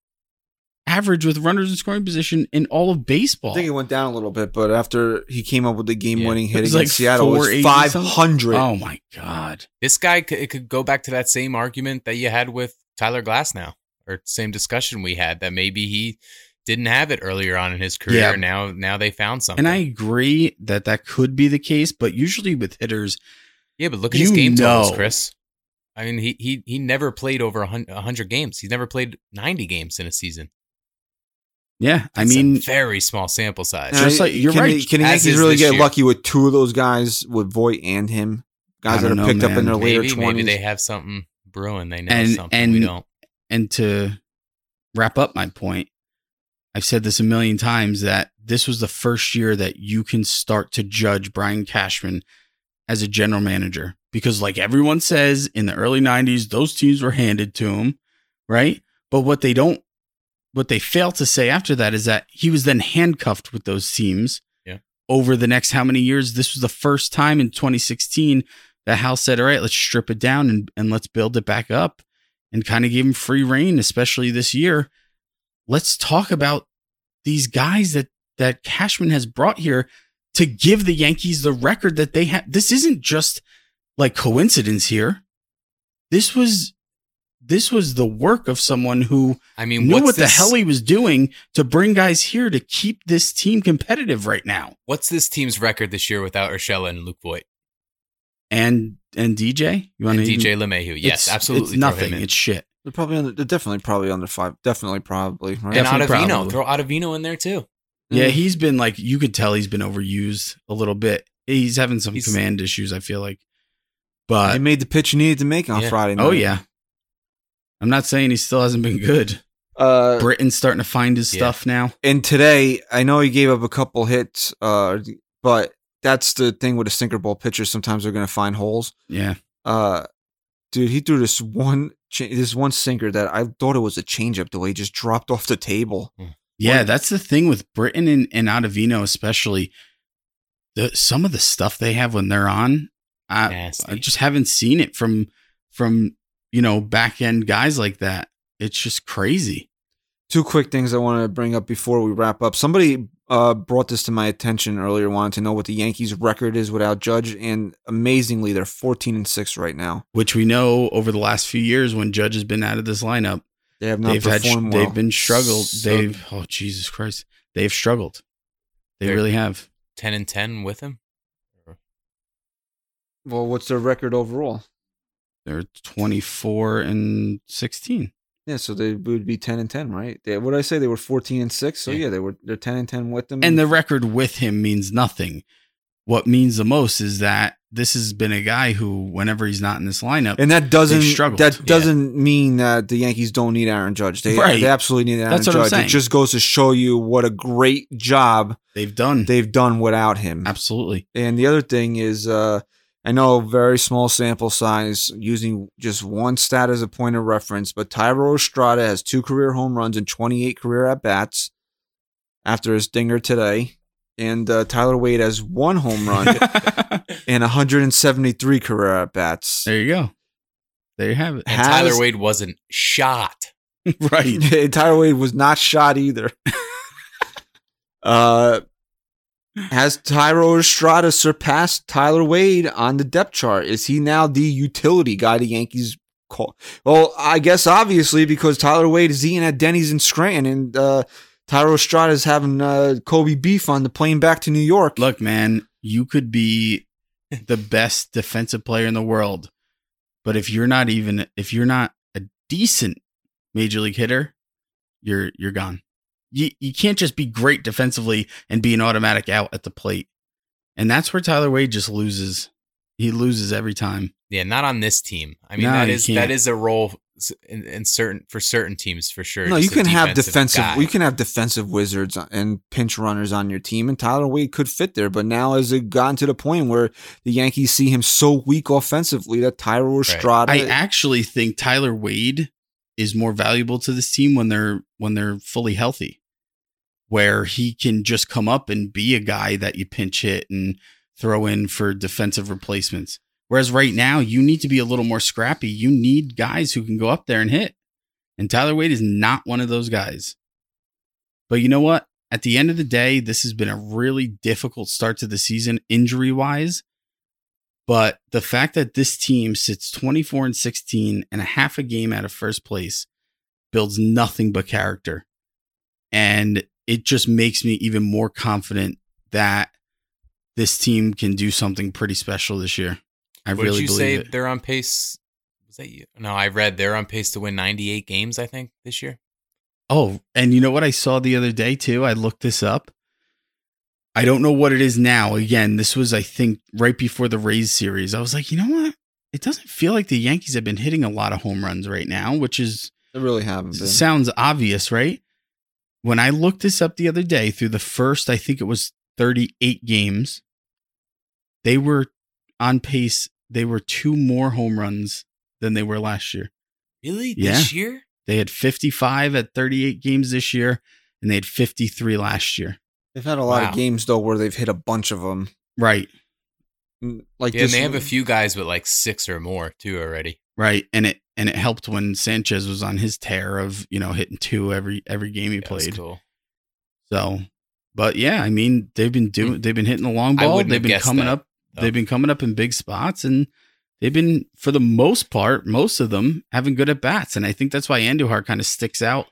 average with runners in scoring position in all of baseball. I think it went down a little bit, but after he came up with the game-winning Yeah. hit It was against like Seattle, it was 480 something? 500. Oh my god! This guy could, it could go back to that same argument that you had with Tyler Glass now, or same discussion we had that maybe he didn't have it earlier on in his career. Yeah. Now, now they found something. And I agree that that could be the case, but usually with hitters, yeah, but look at you his game totals, know. Chris. I mean, he he he never played over a hun- a hundred games. He's never played ninety games in a season. yeah, I That's a mean, very small sample size. And I- Just like- you're can right. The, can the As Yankees is really this get year. lucky with two of those guys, with Voigt and him? I Guys that are don't know, picked up in man. their later maybe, 20s. maybe they have something brewing. They know And- something and- we don't. and to wrap up my point, I've said this a million times that this was the first year that you can start to judge Brian Cashman as a general manager because, like everyone says, in the early 90s, those teams were handed to him, right? But what they don't, what they fail to say after that is that he was then handcuffed with those teams Yeah. over the next how many years. This was the first time in 2016 that Hal said, All right, let's strip it down and, and let's build it back up and kind of gave him free reign, especially this year. Let's talk about these guys that that Cashman has brought here to give the Yankees the record that they had. This isn't just like coincidence here. This was this was the work of someone who I mean, knew what's what the this- hell he was doing to bring guys here to keep this team competitive right now. What's this team's record this year without Urshela and Luke Voigt And and DJ, you and wanna even- DJ LeMahieu? Yes, it's- absolutely. It's throw him nothing. in. It's shit. They're probably under, they're definitely probably under five. Definitely probably right. and definitely Ottavino. probably. Throw Ottavino in there too. Yeah, Mm. he's been like you could tell he's been overused a little bit. He's having some He's- command issues, I feel like. he But made the pitch he needed to make on Yeah. Friday. Night. oh yeah. I'm not saying he still hasn't been good. Uh, Britain's starting to find his Yeah. stuff now. and today, I know he gave up a couple hits, uh, but that's the thing with a sinker ball pitcher. Sometimes they're going to find holes. Yeah. Uh, dude, he threw this one cha- this one sinker that I thought it was a changeup. The way he just dropped off the table. Yeah, What- that's the thing with Britain and, and Ottavino especially. The some of the stuff they have when they're on, I, Nasty. I just haven't seen it from from you know back end guys like that. It's just crazy. Two quick things I want to bring up before we wrap up. Somebody uh, brought this to my attention earlier, wanted to know what the Yankees' record is without Judge, and amazingly, they're 14 and 6 right now. Which we know over the last few years when Judge has been out of this lineup, They have not they've had performed well. they've been struggled. So- they've oh Jesus Christ, they've struggled. They They're- really have. Ten and ten with him. well, what's their record overall? They're 24 and 16. Yeah, so they would be ten and ten, right? They, what did I say? They were fourteen and six. So yeah, Yeah. they were they're ten and ten with them. And the record with him means nothing. What means the most is that this has been a guy who, whenever he's not in this lineup, and that doesn't They struggled. that Yeah. doesn't mean that the Yankees don't need Aaron Judge. They Right. they absolutely need Aaron That's what I'm Judge. It saying. just goes to show you what a great job they've done. they've done without him. Absolutely. And the other thing is, uh, I know very small sample size using just one stat as a point of reference, but Tyro Estrada has two career home runs and 28 career at bats after his dinger today. And uh, Tyler Wade has one home run there and 173 career at bats. you go. There you have it. And Tyler Wade wasn't shot. right. And Tyler Wade was not shot either. uh, has Tyro Estrada surpassed Tyler Wade on the depth chart? Is he now the utility guy the Yankees call? Well, I guess obviously because Tyler Wade is eating at Denny's in Scranton, and uh, Tyro Estrada is having uh, Kobe beef on the plane back to New York. Look, man, you could be the best defensive player in the world, but if you're not even if you're not a decent major league hitter, you're you're gone. You you can't just be great defensively and be an automatic out at the plate. And that's where Tyler Wade just loses. He loses every time. Yeah, not on this team. I mean, No, that you is can't. that is a role s- in, in certain for certain teams for sure. no, you just a can have defensive. guy. You can have defensive wizards and pinch runners on your team, and Tyler Wade could fit there. But now, has it gotten to the point where the Yankees see him so weak offensively that Tyro Estrada? I actually think Tyler Wade is more valuable to this team when they're when they're fully healthy, where he can just come up and be a guy that you pinch hit and throw in for defensive replacements. Whereas right now, you need to be a little more scrappy. You need guys who can go up there and hit. And Tyler Wade is not one of those guys. But you know what? At the end of the day, this has been a really difficult start to the season, injury wise. But the fact that this team sits 24 and 16 and a half a game out of first place builds nothing but character. And it just makes me even more confident that this team can do something pretty special this year. I Would really you believe say it. they're on pace? Was that you? No, I read they're on pace to win 98 games. I think this year. Oh, and you know what I saw the other day too? I looked this up. I don't know what it is now. Again, this was, I think, right before the Rays series. I was like, you know what? It doesn't feel like the Yankees have been hitting a lot of home runs right now, which is They really haven't been. sounds obvious, right? When I looked this up the other day through the first, I think it was 38 games, they were on pace. They were two more home runs than they were last year. Really? Yeah. This year? They had 55 at 38 games this year, and they had 53 last year. They've had a lot of Wow. games though where they've hit a bunch of them. Right, Like Yeah, and this, they have a few guys with like six or more too already. right, and it and it helped when Sanchez was on his tear of you know hitting two every every game he That was played. cool. So, but yeah, I mean they've been doing they've been hitting the long Hmm. I ball. wouldn't They've have been guessed coming that, up. though. They've been coming up in big spots, and they've been for the most part, most of them having good at bats. And I think that's why Andujar kind of sticks out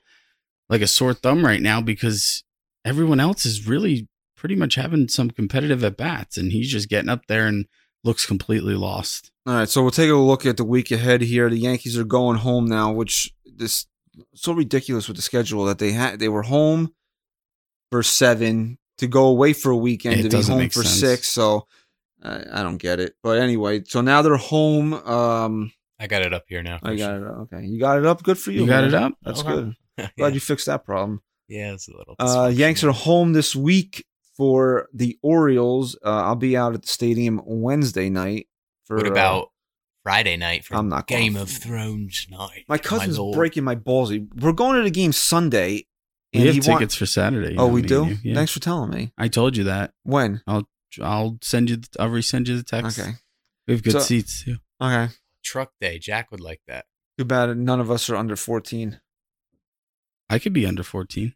like a sore thumb right now because everyone else is really pretty much having some competitive at bats, and he's just getting up there and looks completely lost. All right, so we'll take a look at the week ahead here. The Yankees are going home now, which this so ridiculous with the schedule that they had. They were home for seven to go away for a weekend It to be doesn't home make for sense. six. So I, I don't get it. But anyway, so now they're home. Um, I got it up here now. I got it. up. Okay, you got it up. Good for you. You got man. it up? That's Okay. good. it. Glad you fixed that problem. yeah, it's a little. Uh, dysfunctional. Yanks are home this week for the Orioles. Uh, I'll be out at the stadium Wednesday night. For What uh, about Friday night for I'm not going. Game of Thrones night? my cousin's lord? breaking my ballsy. We're going to the game Sunday. We have tickets want- for Saturday. Oh, you know, we me do. and you. Yeah. Thanks for telling me. I told you that. When? I'll send you. The, I'll resend you the text. Okay. We have good So- seats too. Okay. Truck day. Jack would like that. Too bad none of us are under fourteen. I could be under fourteen.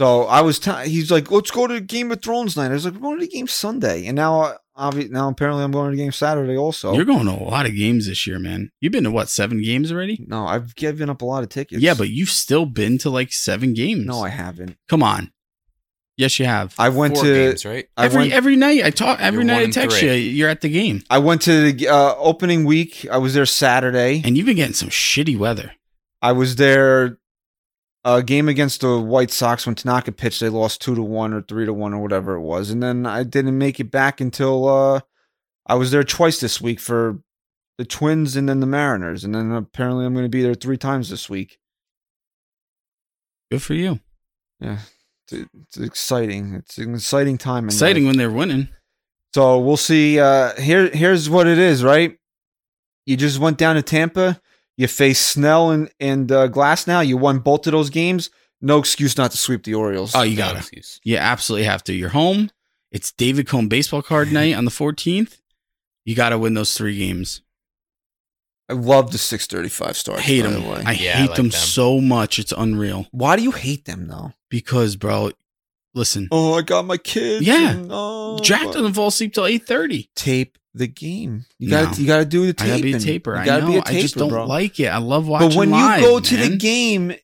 So I was. T- he's like, let's go to Game of Thrones night. I was like, we're going to the game Sunday, and now, obvi- now apparently, I'm going to the game Saturday also. You're going to a lot of games this year, man. You've been to what seven games already? no, I've given up a lot of tickets. yeah, but you've still been to like seven games. no, I haven't. come on. Yes, you have. I went Four to games, right? I every went, every night I talk. Every You're one night I and text three. you. You're at the game, I went to the uh, opening week. I was there Saturday. and you've been getting some shitty weather. I was there. A game against the White Sox when Tanaka pitched, they lost two to one or three to one or whatever it was, and then I didn't make it back until uh, I was there twice this week for the Twins and then the Mariners, and then apparently I'm going to be there three times this week. Good for you. Yeah, it's, it's exciting. It's an exciting time. in life. Exciting when they're winning. So we'll see. Uh, here, here's what it is, right? You just went down to Tampa. You faced Snell and and uh, Glass. Now you won both of those games. No excuse not to sweep the Orioles. Oh, you No got to excuse. You absolutely have to. You're home. It's David Cohn baseball card night on the 14th. You got to win those three games. I love the 635 I stars. hate by them. the way. I Yeah, I hate like them them. so much. It's unreal. Why do you hate them though? Because, bro, listen, Oh, I got my kids. Yeah. and, oh, Jack but- doesn't fall asleep till 8.30. tape the game. You No. got to you got to do the I taping. gotta be a taper. You I gotta know. be a I just taper, don't bro. like it. I love watching. But when live, you go to the man. game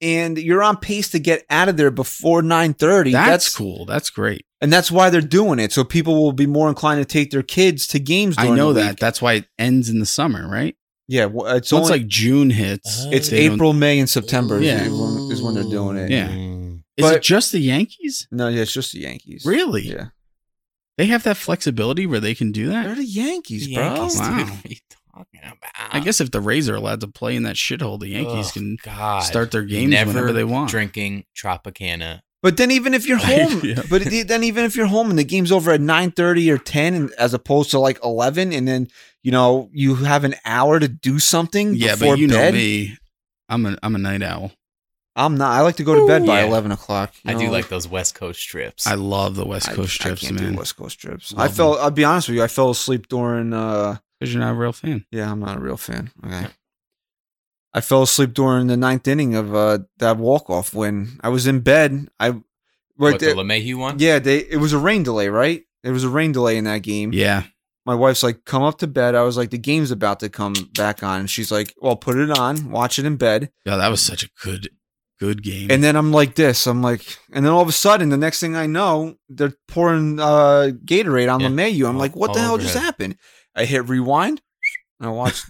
and you're on pace to get out of there before 9:30, that's, that's cool. That's great. and that's why they're doing it. So people will be more inclined to take their kids to games. I During know the that. week. That's why it ends in the summer, right? Yeah, well, it's So once only like June hits, Oh. it's they don't- April, May, and September Yeah. is, when, is when they're doing it. Yeah. Mm. Is but- it just the Yankees? No, yeah, it's just the Yankees. Really? Yeah, They have that flexibility where they can do they're that. the Yankees, bro. Yankees, dude. Wow. What are you talking about? I guess if the Rays are allowed to play in that shithole, the Yankees Ugh, can God. start their games whenever they want. Drinking Tropicana. But then even if you're home, Yeah. but it- then even if you're home and the game's over at 9:30 or 10 and, as opposed to like 11 and then, you know, you have an hour to do something Yeah, before but you bed. know me. I'm a I'm a night owl. I'm not I like to go to bed by Yeah. 11 o'clock. you I do know? like those West Coast trips. I love the West Coast I, trips, I can't man. do West Coast trips. Love I fell I'll be honest with you, I fell asleep during uh Because you're not a real fan. yeah, I'm not a real fan. Okay. I fell asleep during the ninth inning of uh that walk off when I was in bed. I right what, there- the LeMahieu one? Yeah, they it was a rain delay, right? It was a rain delay in that game. Yeah, my wife's like, come up to bed. I was like, the game's about to come back on. And she's like, well, put it on, watch it in bed. yeah, that was such a good good game. And then I'm like this. I'm like, and then all of a sudden, the next thing I know, they're pouring uh, Gatorade on Yeah. LeMayu. I'm All- like, what the all hell over just him. happened? I hit rewind. And I watched.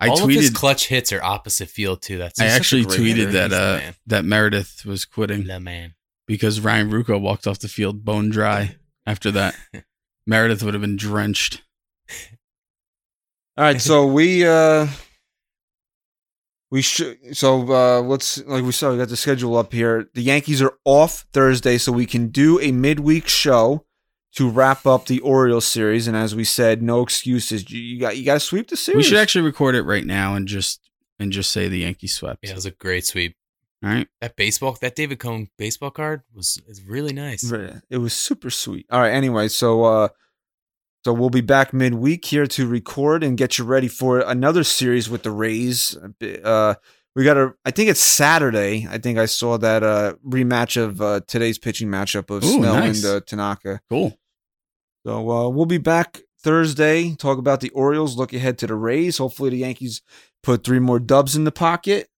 I All of his tweeted clutch hits are opposite field too. That's I he's such a actually great tweeted hitter. that He's the uh, man. that Meredith was quitting the man. because Ryan Rucco walked off the field bone dry. After that, Meredith would have been drenched. all right, so we uh, we should. So uh, let's like we saw, we got the schedule up here. The Yankees are off Thursday, so we can do a midweek show to wrap up the Orioles series. And as we said, no excuses. You, you got you got to sweep the series. We should actually record it right now and just and just say the Yankees swept. Yeah, it was a great sweep. All right, That baseball, that David Cohn baseball card was is really nice. Right. It was super sweet. All right. Anyway, so uh, so we'll be back midweek here to record and get you ready for another series with the Rays. Uh, we got a. I think it's Saturday. I think I saw that uh rematch of uh, today's pitching matchup of Ooh, Snell nice. and uh, Tanaka. cool. So uh, we'll be back Thursday. Talk about the Orioles. Look ahead to the Rays. Hopefully, the Yankees put three more dubs in the pocket.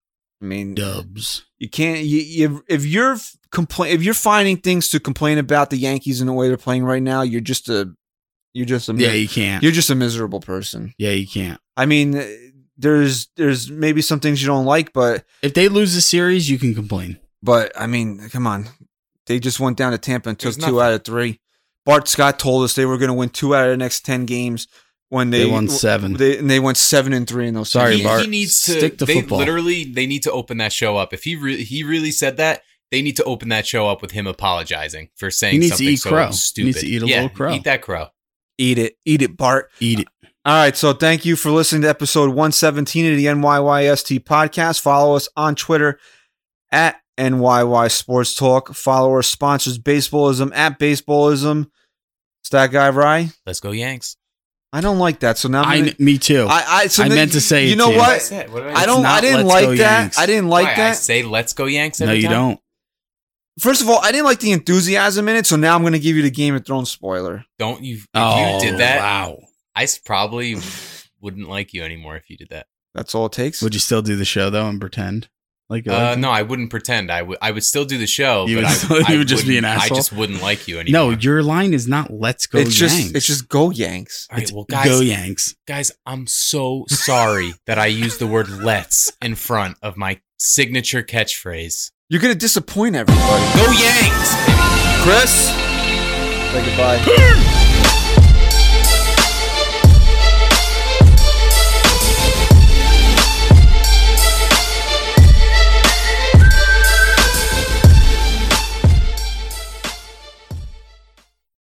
I mean, Dubs. you can't. You, you, if you're complain, if you're finding things to complain about the Yankees and the way they're playing right now, you're just a, you're just a, Yeah, you can't. you're just a miserable person. yeah, you can't. I mean, eh, there's there's maybe some things you don't like, but If they lose the series, you can complain. but I mean, come on, they just went down to Tampa and took There's two out of three. Bart Scott told us they were going to win two out of the next ten games when they, They won seven. They and they went seven and three in those. Sorry, he, series. Bart. he needs to Stick to they football. Literally, they need to open that show up. If he re- he really said that, they need to open that show up with him apologizing for saying He needs to something eat so crow. He stupid. needs to eat a yeah, little crow. Eat that crow. Eat it, eat it, Bart. Eat it. All right, so thank you for listening to episode 117 of the NYYST podcast. Follow us on Twitter at NYY Sports Talk. Follow our sponsors, Baseballism at Baseballism. Stat Guy Rye. Let's go Yanks. I don't like that, so now I I'm kn- me too. I, I, so I now- meant to say You it know to you. I what? said, what did I I don't. not I didn't Let's like Go that. Yanks. I didn't like Why, I that. say let's go Yanks. no, Every you time? don't. First of all, I didn't like the enthusiasm in it, so now I'm going to give you the Game of Thrones spoiler. Don't you? if Oh, you did that. Wow. I s- probably wouldn't like you anymore if you did that. That's all it takes. Would you still do the show though and pretend? Like, Uh, like- no, I wouldn't pretend. I would. I would still do the show. You but would I, still- I you would just be an wouldn't- asshole? I just wouldn't like you no, anymore. your line is not "Let's go." it's just Yanks. it's just go Yanks. All right, well, It's guys, go Yanks. guys, I'm so sorry that I used the word "let's" in front of my signature catchphrase. You're gonna disappoint everybody. Go Yanks! Chris, say goodbye.